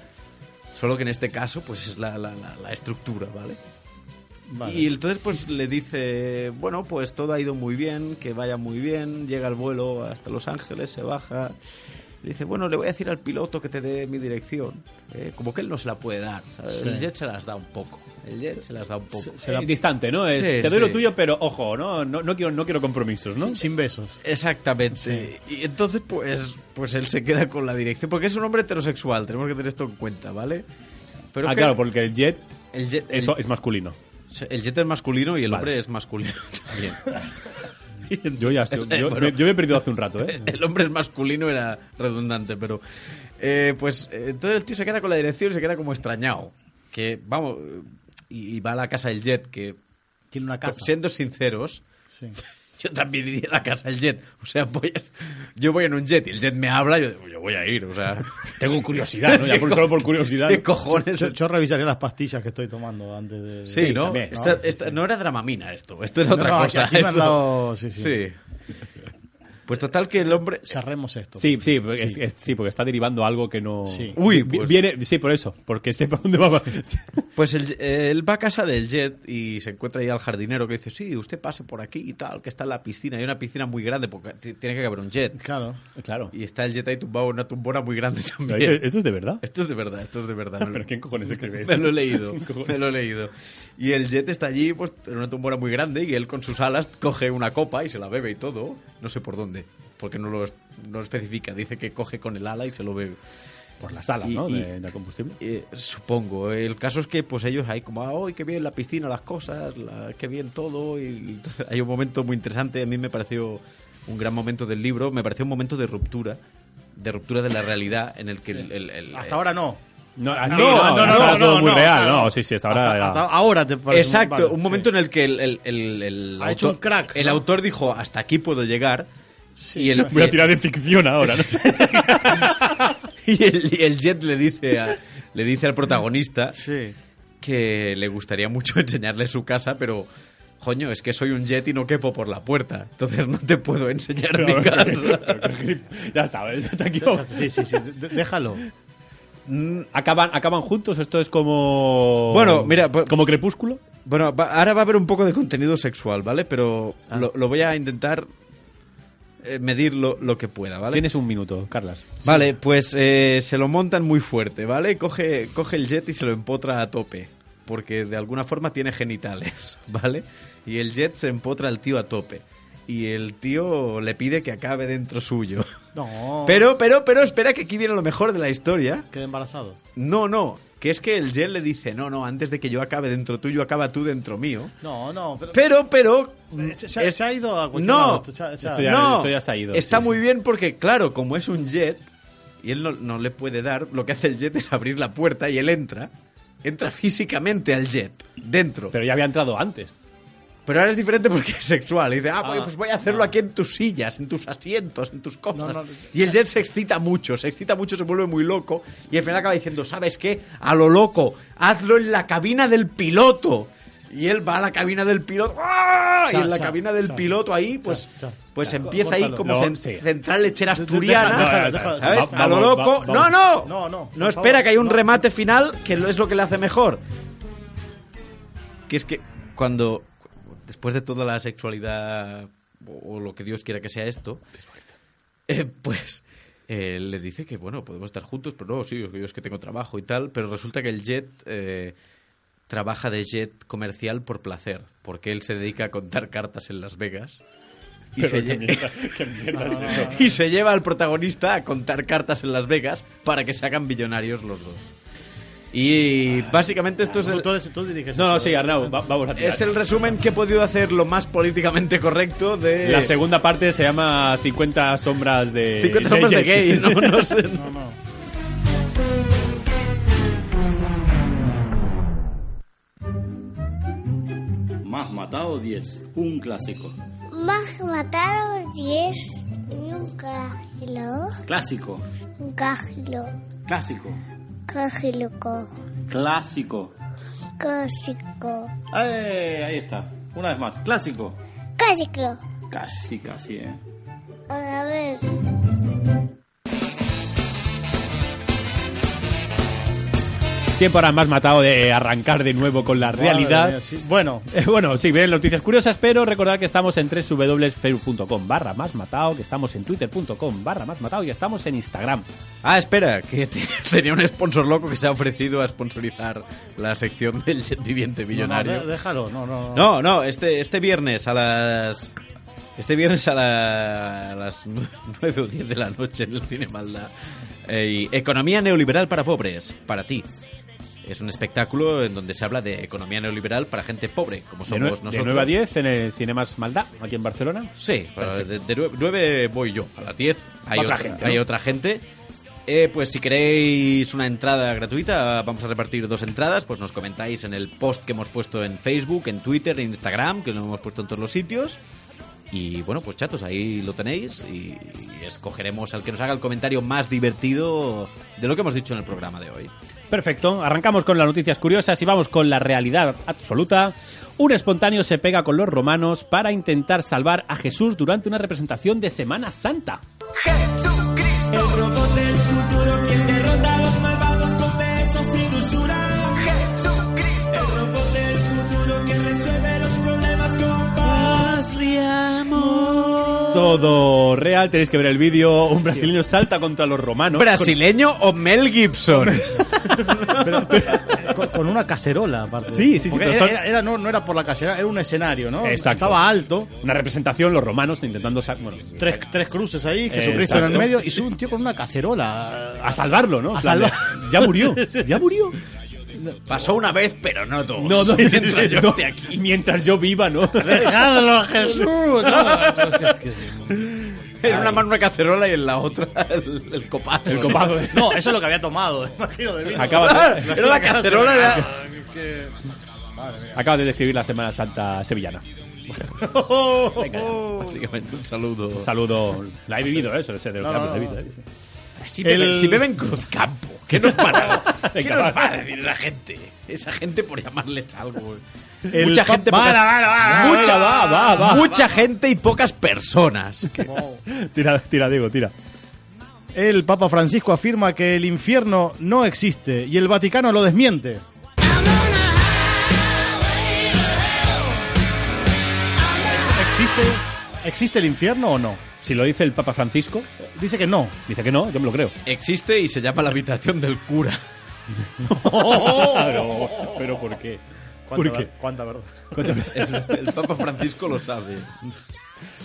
Speaker 3: Solo que en este caso pues es la, la- la- la estructura, ¿vale?
Speaker 2: Vale.
Speaker 3: Y entonces pues le dice, bueno pues todo ha ido muy bien, que vaya muy bien, llega el vuelo hasta Los Ángeles, se baja. Le dice, bueno, le voy a decir al piloto que te dé mi dirección. Eh, como que él no se la puede dar, ¿sabes?
Speaker 2: Sí.
Speaker 3: El jet se las da un poco. El jet se las da un poco.
Speaker 2: se la-
Speaker 1: Eh, Distante, ¿no? Es,
Speaker 3: Sí,
Speaker 1: te doy lo
Speaker 3: sí.
Speaker 1: tuyo, pero ojo, ¿no? No, no quiero, no quiero compromisos, ¿no?
Speaker 2: Sin- Sin besos.
Speaker 3: Exactamente. Y entonces, pues, pues él se queda con la dirección. Porque es un hombre heterosexual, tenemos que tener esto en cuenta, ¿vale? Pero
Speaker 1: ah,
Speaker 3: que-
Speaker 1: claro, porque el jet,
Speaker 3: el jet, el-
Speaker 1: eso es masculino.
Speaker 3: el jet es masculino y el
Speaker 1: Vale.
Speaker 3: hombre es masculino *laughs* también.
Speaker 1: Yo ya
Speaker 3: *laughs*
Speaker 1: estoy, yo,
Speaker 3: Bueno.
Speaker 1: me- yo me he perdido hace un rato, ¿eh?
Speaker 3: *laughs* El hombre es masculino era redundante, pero... eh, pues eh, entonces el tío se queda con la dirección y se queda como extrañado. Que, vamos, eh, y, y va a la casa del jet, que,
Speaker 2: Tiene una casa.
Speaker 3: siendo sinceros, *laughs*
Speaker 2: Sí.
Speaker 3: Yo también iría a la casa del jet. O sea, voy a- yo voy en un jet y el jet me habla, yo, digo, yo voy a ir.
Speaker 2: *laughs*
Speaker 3: O sea, tengo curiosidad,
Speaker 1: ¿no? Ya por- solo por curiosidad.
Speaker 3: ¿Qué cojones?
Speaker 2: Yo, yo revisaría las pastillas que estoy tomando antes de...
Speaker 3: sí,
Speaker 1: sí,
Speaker 3: ¿no?
Speaker 1: también, ¿no?
Speaker 3: Esta- esta- no era dramamina esto, esto era
Speaker 2: No,
Speaker 3: otra
Speaker 2: no,
Speaker 3: cosa.
Speaker 2: aquí me han
Speaker 3: esto-
Speaker 2: dado- sí, sí.
Speaker 3: Pues total que
Speaker 2: *laughs*
Speaker 3: el hombre...
Speaker 2: Cerremos esto.
Speaker 1: *laughs* Sí, sí, porque es- es- sí, porque está derivando algo que no.
Speaker 2: Sí.
Speaker 3: Uy,
Speaker 1: Vi-
Speaker 3: pues-
Speaker 1: viene, sí, por eso, porque sepa *laughs* dónde va.
Speaker 3: Pues el- eh, él va a casa del jet y se encuentra ahí al jardinero que dice, sí, usted pase por aquí y tal, que está la piscina. Hay una piscina muy grande porque t- tiene que haber un jet.
Speaker 2: Claro.
Speaker 1: claro.
Speaker 3: Y está el jet ahí tumbado en una tumbona
Speaker 1: *laughs*
Speaker 3: muy grande
Speaker 1: Pero
Speaker 3: también.
Speaker 1: ¿Esto, esto es de verdad?
Speaker 3: Esto es de verdad, esto es de
Speaker 1: *laughs*
Speaker 3: verdad. me lo-
Speaker 1: ¿Pero quién cojones escribe esto?
Speaker 3: Me lo he leído,
Speaker 1: *laughs* Cojones.
Speaker 3: me lo he leído. Y el Jet está allí, pues, en una tumbona muy grande y él con sus alas coge una copa y se la bebe y todo. No sé por dónde, porque no lo, es- no lo especifica. Dice que coge con el ala y se lo bebe.
Speaker 1: Por la sala,
Speaker 3: Y-
Speaker 1: ¿no?
Speaker 3: y-
Speaker 1: de, de combustible.
Speaker 3: Eh, supongo. El caso es que pues ellos ahí como, ¡ay, qué bien la piscina, las cosas, la- qué bien todo! Y entonces *laughs* hay un momento muy interesante, a mí me pareció un gran momento del libro, me pareció un momento de ruptura, de ruptura de la realidad en el que el- el- el- eh,
Speaker 2: Hasta ahora no.
Speaker 1: Ah, No,
Speaker 2: no,
Speaker 1: así,
Speaker 2: no, no,
Speaker 1: estaba
Speaker 2: no,
Speaker 1: todo
Speaker 2: no,
Speaker 1: muy
Speaker 2: no,
Speaker 1: real,
Speaker 2: claro.
Speaker 1: no, sí, sí, hasta ahora.
Speaker 2: Hasta-
Speaker 1: era-
Speaker 2: hasta ahora te parece
Speaker 3: Exacto,
Speaker 2: vale,
Speaker 3: un momento
Speaker 2: sí.
Speaker 3: en el que el, el- el- el
Speaker 2: Ha hecho un crack,
Speaker 3: el
Speaker 2: ¿no?
Speaker 3: autor dijo, hasta aquí puedo llegar.
Speaker 2: Sí.
Speaker 3: Y, el,
Speaker 1: Voy a tirar de ficción ahora, *laughs* ¿no?
Speaker 3: *laughs* y el- y el Jet le dice, a- le dice al protagonista
Speaker 2: Sí.
Speaker 3: que le gustaría mucho *laughs* enseñarle su casa, pero, coño, es que soy un Jet y no quepo por la puerta. Entonces no te puedo enseñar mi
Speaker 1: *laughs*
Speaker 3: *laughs* casa.
Speaker 1: ya está, ya *laughs* está aquí.
Speaker 2: *laughs* Sí, sí, sí. de- Déjalo.
Speaker 1: Mm, Acaban, acaban juntos, esto es como.
Speaker 3: Bueno, mira, pues-
Speaker 1: Como crepúsculo.
Speaker 3: Bueno, va- ahora va a haber un poco de contenido sexual, ¿vale? Pero lo, lo voy a intentar eh, medir lo, lo que pueda, ¿vale?
Speaker 1: Tienes un minuto, Carlas.
Speaker 3: Vale, pues eh, se lo montan muy fuerte, ¿vale? Coge, coge el jet y se lo empotra a tope. Porque de alguna forma tiene genitales, *laughs* ¿vale? Y el jet se empotra al tío a tope. Y el tío le pide que acabe dentro suyo. *laughs*
Speaker 2: No.
Speaker 3: Pero, pero, pero, espera que aquí viene lo mejor de la historia.
Speaker 2: Quedé embarazado.
Speaker 3: No, no, que es que el jet le dice, no, no, antes de que yo acabe dentro tuyo, acaba tú dentro mío.
Speaker 2: No, no. Pero,
Speaker 3: Pero, pero...
Speaker 2: Ya-
Speaker 3: es-
Speaker 2: se ha ido a cualquier lado,
Speaker 3: No,
Speaker 2: esto ya- ya-
Speaker 1: Esto ya-
Speaker 3: no,
Speaker 1: esto ya se ha ido,
Speaker 3: Está
Speaker 1: sí,
Speaker 3: muy
Speaker 1: sí.
Speaker 3: bien porque, claro, como es un jet y él no, no le puede dar, lo que hace el jet es abrir la puerta y él entra. Entra físicamente al jet, dentro. Pero,
Speaker 1: Pero ya había entrado antes.
Speaker 3: ahora es diferente porque es sexual. Y dice, ah,
Speaker 1: Ah,
Speaker 3: pues voy a hacerlo aquí en tus sillas, en tus asientos, en tus cosas.
Speaker 2: No, no.
Speaker 3: y el jet se excita mucho, se excita mucho, se vuelve muy loco. Y al final acaba diciendo, ¿sabes qué? A lo loco, hazlo en la cabina del piloto. Y él va a la cabina del piloto. ¡ah!
Speaker 2: Ya,
Speaker 3: y en la
Speaker 2: ya,
Speaker 3: cabina del
Speaker 2: ya.
Speaker 3: piloto ahí, pues,
Speaker 2: Ya, ya.
Speaker 3: pues
Speaker 2: Ya,
Speaker 3: empieza ahí
Speaker 2: córtalo.
Speaker 3: como
Speaker 1: No,
Speaker 3: cen-
Speaker 1: sí.
Speaker 3: central lechera
Speaker 2: De- de-
Speaker 3: asturiana.
Speaker 2: deja- deja- deja-
Speaker 3: ¿Sabes?
Speaker 1: Va-
Speaker 3: a lo
Speaker 1: vamos,
Speaker 3: loco.
Speaker 1: va-
Speaker 3: no,
Speaker 1: vamos.
Speaker 2: No, no,
Speaker 3: no. No
Speaker 2: por
Speaker 3: espera
Speaker 2: favor,
Speaker 3: que hay un
Speaker 2: no.
Speaker 3: remate final que lo- es lo que le hace mejor. Que es que cuando. Después de toda la sexualidad. O, o lo que Dios quiera que sea esto. eh, pues. eh, le dice que, bueno, podemos estar juntos, pero no, sí, yo es que tengo trabajo y tal. Pero resulta que el jet. eh, trabaja de jet comercial por placer. Porque él se dedica a contar cartas en Las Vegas. Y
Speaker 1: Pero
Speaker 3: se
Speaker 1: qué
Speaker 3: lle- *laughs*
Speaker 1: mierda, *laughs* qué mierda es eso.
Speaker 3: y se lleva al protagonista a contar cartas en Las Vegas para que se hagan billonarios los dos. Y básicamente esto es
Speaker 2: Tú-
Speaker 3: el,
Speaker 2: tú eres- tú diriges
Speaker 1: No, no,
Speaker 2: esto. ¿eh?
Speaker 1: sí, Arnau, va- vamos a tirar.
Speaker 3: es el resumen que he podido hacer lo más políticamente correcto de...
Speaker 1: La segunda parte se llama 50 sombras de...
Speaker 3: 50 sombras de gay,
Speaker 1: *laughs*
Speaker 3: no, no sé.
Speaker 2: No, no. Más matado 10, un clásico.
Speaker 5: Más mataron 10 en un cajilo.
Speaker 2: Clásico,
Speaker 5: Un cajilo.
Speaker 2: clásico,
Speaker 5: Cajilo.
Speaker 2: clásico.
Speaker 5: Clásico.
Speaker 2: Eh, ahí está, una vez más, clásico.
Speaker 5: Clásico.
Speaker 2: Casi, casi, eh.
Speaker 5: Otra vez.
Speaker 1: Tiempo ahora más matado de arrancar de nuevo con la realidad.
Speaker 2: Madre mía, sí. Bueno,
Speaker 1: Eh, Bueno, sí, vienen noticias curiosas, pero recordad que estamos en www.facebook.com barra más matado, que estamos en twitter.com barra más matado y estamos en Instagram.
Speaker 3: Ah, espera, que te- tenía un sponsor loco que se ha ofrecido a sponsorizar la sección del viviente
Speaker 2: No, no,
Speaker 3: millonario.
Speaker 2: de- déjalo, no, no. no.
Speaker 3: No, no, este, este viernes a las... Este viernes a, la- a las *laughs* 9 o 10 de la noche en el Cine Malda. eh, Economía neoliberal para pobres, para ti. Es un espectáculo en donde se habla de economía neoliberal para gente pobre, como
Speaker 1: De,
Speaker 3: somos
Speaker 1: nue-
Speaker 3: nosotros.
Speaker 1: de 9 a 10 en el Cinemas Maldá, aquí en Barcelona.
Speaker 3: Sí, para- de, 9 voy yo, a las 10 hay
Speaker 1: Otra
Speaker 3: otra,
Speaker 1: gente,
Speaker 3: gente.
Speaker 1: ¿no?
Speaker 3: Hay otra gente. Eh, pues si queréis una entrada gratuita, vamos a repartir dos entradas, pues nos comentáis en el post que hemos puesto en Facebook, en Twitter, en Instagram, que lo hemos puesto en todos los sitios. Y bueno, pues chatos, ahí lo tenéis y, y escogeremos al que nos haga el comentario más divertido de lo que hemos dicho en el programa de hoy.
Speaker 1: Perfecto, arrancamos con las noticias curiosas y vamos con la realidad absoluta. Un espontáneo se pega con los romanos para intentar salvar a Jesús durante una representación de Semana Santa. Todo real, tenéis que ver el vídeo. Un brasileño salta contra los romanos.
Speaker 3: ¿Brasileño o Mel Gibson?
Speaker 2: Con, con una cacerola, aparte.
Speaker 1: Sí, sí, sí,
Speaker 2: Porque
Speaker 1: pero
Speaker 2: Era,
Speaker 1: son-
Speaker 2: era- era- no, no era por la cacerola, era un escenario, ¿no?
Speaker 1: Exacto.
Speaker 2: Estaba alto,
Speaker 1: Con Una representación, los romanos intentando sa- bueno,
Speaker 2: tres, tres cruces ahí, Jesucristo en
Speaker 1: Exacto.
Speaker 2: el medio y sube un tío con una cacerola.
Speaker 1: a salvarlo, ¿no? En
Speaker 2: A
Speaker 1: plan de,
Speaker 2: salvar-
Speaker 1: Ya murió, ya murió.
Speaker 3: Pasó una vez, pero no dos.
Speaker 1: No, no,
Speaker 3: Oh, *laughs* Mientras yo
Speaker 1: no,
Speaker 3: esté aquí.
Speaker 1: mientras yo viva,
Speaker 3: *laughs*
Speaker 1: ¿no?
Speaker 2: ¡Dejadlo,
Speaker 1: *laughs*
Speaker 2: Jesús! No, no sé qué-
Speaker 3: En una mano una cacerola y en la otra el, el copazo.
Speaker 1: El copado. ¿eh?
Speaker 2: No, eso es lo que había tomado, *laughs* imagino, de vino.
Speaker 1: Acaba,
Speaker 3: Era la cacerola, era-
Speaker 2: Ah, Que-
Speaker 1: acaba de describir la Semana Santa sevillana.
Speaker 3: Básicamente un saludo.
Speaker 1: Un saludo. La he vivido, ¿eh? Eso es de los campos de vida, ¿eh?
Speaker 3: Si,
Speaker 2: El-
Speaker 3: beben, si beben Cruzcampo, ¿qué nos *laughs* para? ¿Qué
Speaker 1: Venga,
Speaker 3: nos
Speaker 1: va.
Speaker 3: va a decir la gente? Esa gente por llamarles algo.
Speaker 2: El
Speaker 3: mucha
Speaker 2: pa-
Speaker 3: gente.
Speaker 2: va,
Speaker 3: pocas-
Speaker 2: va, va, va,
Speaker 3: mucha,
Speaker 1: va, va, va.
Speaker 3: mucha gente y pocas personas.
Speaker 1: Tira, tira, Diego, tira.
Speaker 2: El Papa Francisco afirma que el infierno no existe y el Vaticano lo desmiente. ¿Existe, ¿Existe el infierno o no?
Speaker 1: Si lo dice el Papa Francisco,
Speaker 2: Dice que no.
Speaker 1: dice que no, yo me lo
Speaker 3: *laughs*
Speaker 1: creo.
Speaker 3: Existe y se llama la habitación del cura. Oh.
Speaker 1: Pero, pero ¿por qué? ¿Por qué?
Speaker 2: ¿Cuánta ver- cuánta verdad?
Speaker 1: Cuéntame.
Speaker 3: El, el Papa Francisco lo sabe.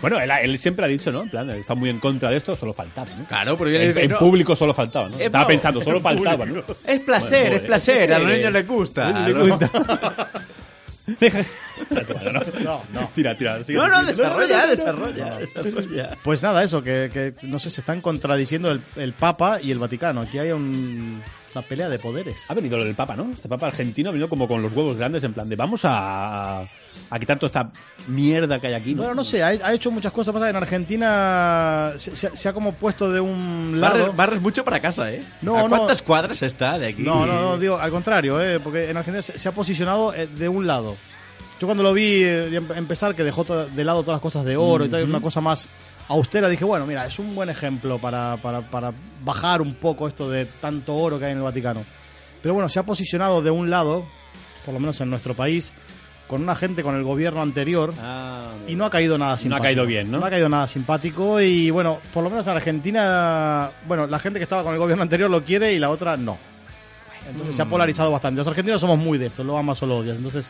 Speaker 1: Bueno, él, él siempre ha dicho, ¿no? En plan, está muy en contra de esto, solo faltaba, ¿no?
Speaker 3: Claro, pero yo le
Speaker 1: En,
Speaker 3: digo,
Speaker 1: en
Speaker 3: no,
Speaker 1: público solo faltaba, ¿no?
Speaker 3: Eh,
Speaker 1: Estaba
Speaker 3: no,
Speaker 1: pensando, solo
Speaker 3: en
Speaker 1: faltaba, ¿no?
Speaker 3: Es placer,
Speaker 1: Bueno,
Speaker 3: es placer, a los
Speaker 1: eh,
Speaker 3: niños les gusta.
Speaker 1: Le
Speaker 3: ¿no?
Speaker 1: gusta. *laughs* Deja- Bueno, no,
Speaker 2: no.
Speaker 1: Tira, tira. sigue.
Speaker 3: *laughs* No, no, desarrolla, desarrolla, desarrolla.
Speaker 2: Pues nada, eso, que, que, no sé, se están contradiciendo el, el Papa y el Vaticano. Aquí hay un- una pelea de poderes.
Speaker 1: Ha venido lo del Papa, ¿no? Este Papa argentino ha venido como con los huevos grandes, en plan de vamos a, a quitar toda esta mierda que hay aquí. ¿no?
Speaker 2: Bueno, no sé, ha, ha hecho muchas cosas. Pasa que en Argentina se, se- se ha como puesto de un lado.
Speaker 3: Barres, barres mucho para casa, ¿eh?
Speaker 2: No,
Speaker 3: ¿A
Speaker 2: no.
Speaker 3: cuántas cuadras está de aquí?
Speaker 2: No, no, no, digo, al contrario, eh, porque en Argentina se, se ha posicionado eh, de un lado. Yo cuando lo vi eh, em- empezar, que dejó to- de lado todas las cosas de oro y tal, una cosa más austera, dije, bueno, mira, es un buen ejemplo para, para, para bajar un poco esto de tanto oro que hay en el Vaticano. Pero bueno, se ha posicionado de un lado, por lo menos en nuestro país, con una gente con el gobierno anterior.
Speaker 1: Ah,
Speaker 2: Y no ha caído nada simpático.
Speaker 1: caído bien, ¿no?
Speaker 2: No ha caído nada simpático y bueno, por lo menos en Argentina, bueno, la gente que estaba con el gobierno anterior lo quiere y la otra no. Entonces
Speaker 3: Mm.
Speaker 2: se ha polarizado bastante. Los argentinos somos muy de esto, lo amas o lo odias. Entonces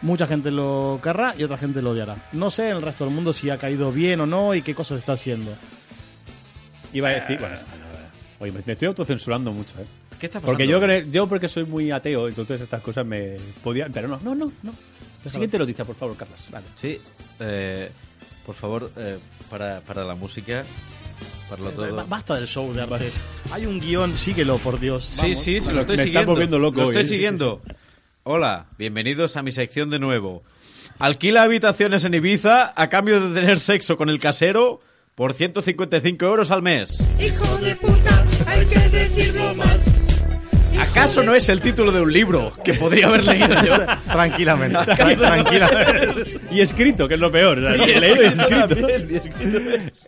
Speaker 2: mucha gente lo querrá y otra gente lo odiará. No sé en el resto del mundo si ha caído bien o no y qué cosas está haciendo.
Speaker 1: iba a decir. Bueno, es- oye, me, me estoy autocensurando mucho, ¿eh?
Speaker 3: ¿Qué está pasando?
Speaker 1: Porque yo, creo- yo porque soy muy ateo, entonces estas cosas me podían... Pero no, no, no, no. La siguiente noticia, por favor, Carlos. Vale.
Speaker 3: Sí, eh, por favor, eh, para, para la música, para
Speaker 1: Eh,
Speaker 3: lo
Speaker 2: Ba-
Speaker 3: todo.
Speaker 2: Basta del show de artes. Hay un guión, síguelo, por Dios.
Speaker 3: Sí,
Speaker 2: Vamos.
Speaker 3: sí, se lo
Speaker 1: Me
Speaker 3: estoy
Speaker 1: está
Speaker 3: siguiendo.
Speaker 1: volviendo loco
Speaker 3: Lo
Speaker 1: hoy,
Speaker 3: estoy
Speaker 1: ¿eh? Sí, sí, *laughs*
Speaker 3: siguiendo. Hola, bienvenidos a mi sección de nuevo. Alquila habitaciones en Ibiza a cambio de tener sexo con el casero por 155 euros al mes.
Speaker 6: Hijo de puta, hay que decirlo más.
Speaker 3: ¿Acaso no es el título de un libro que podría haber leído yo?
Speaker 2: Tranquilamente. tran- tranquilamente.
Speaker 1: Y escrito, que es lo peor. o
Speaker 3: *laughs*
Speaker 1: sea, he leído y escrito.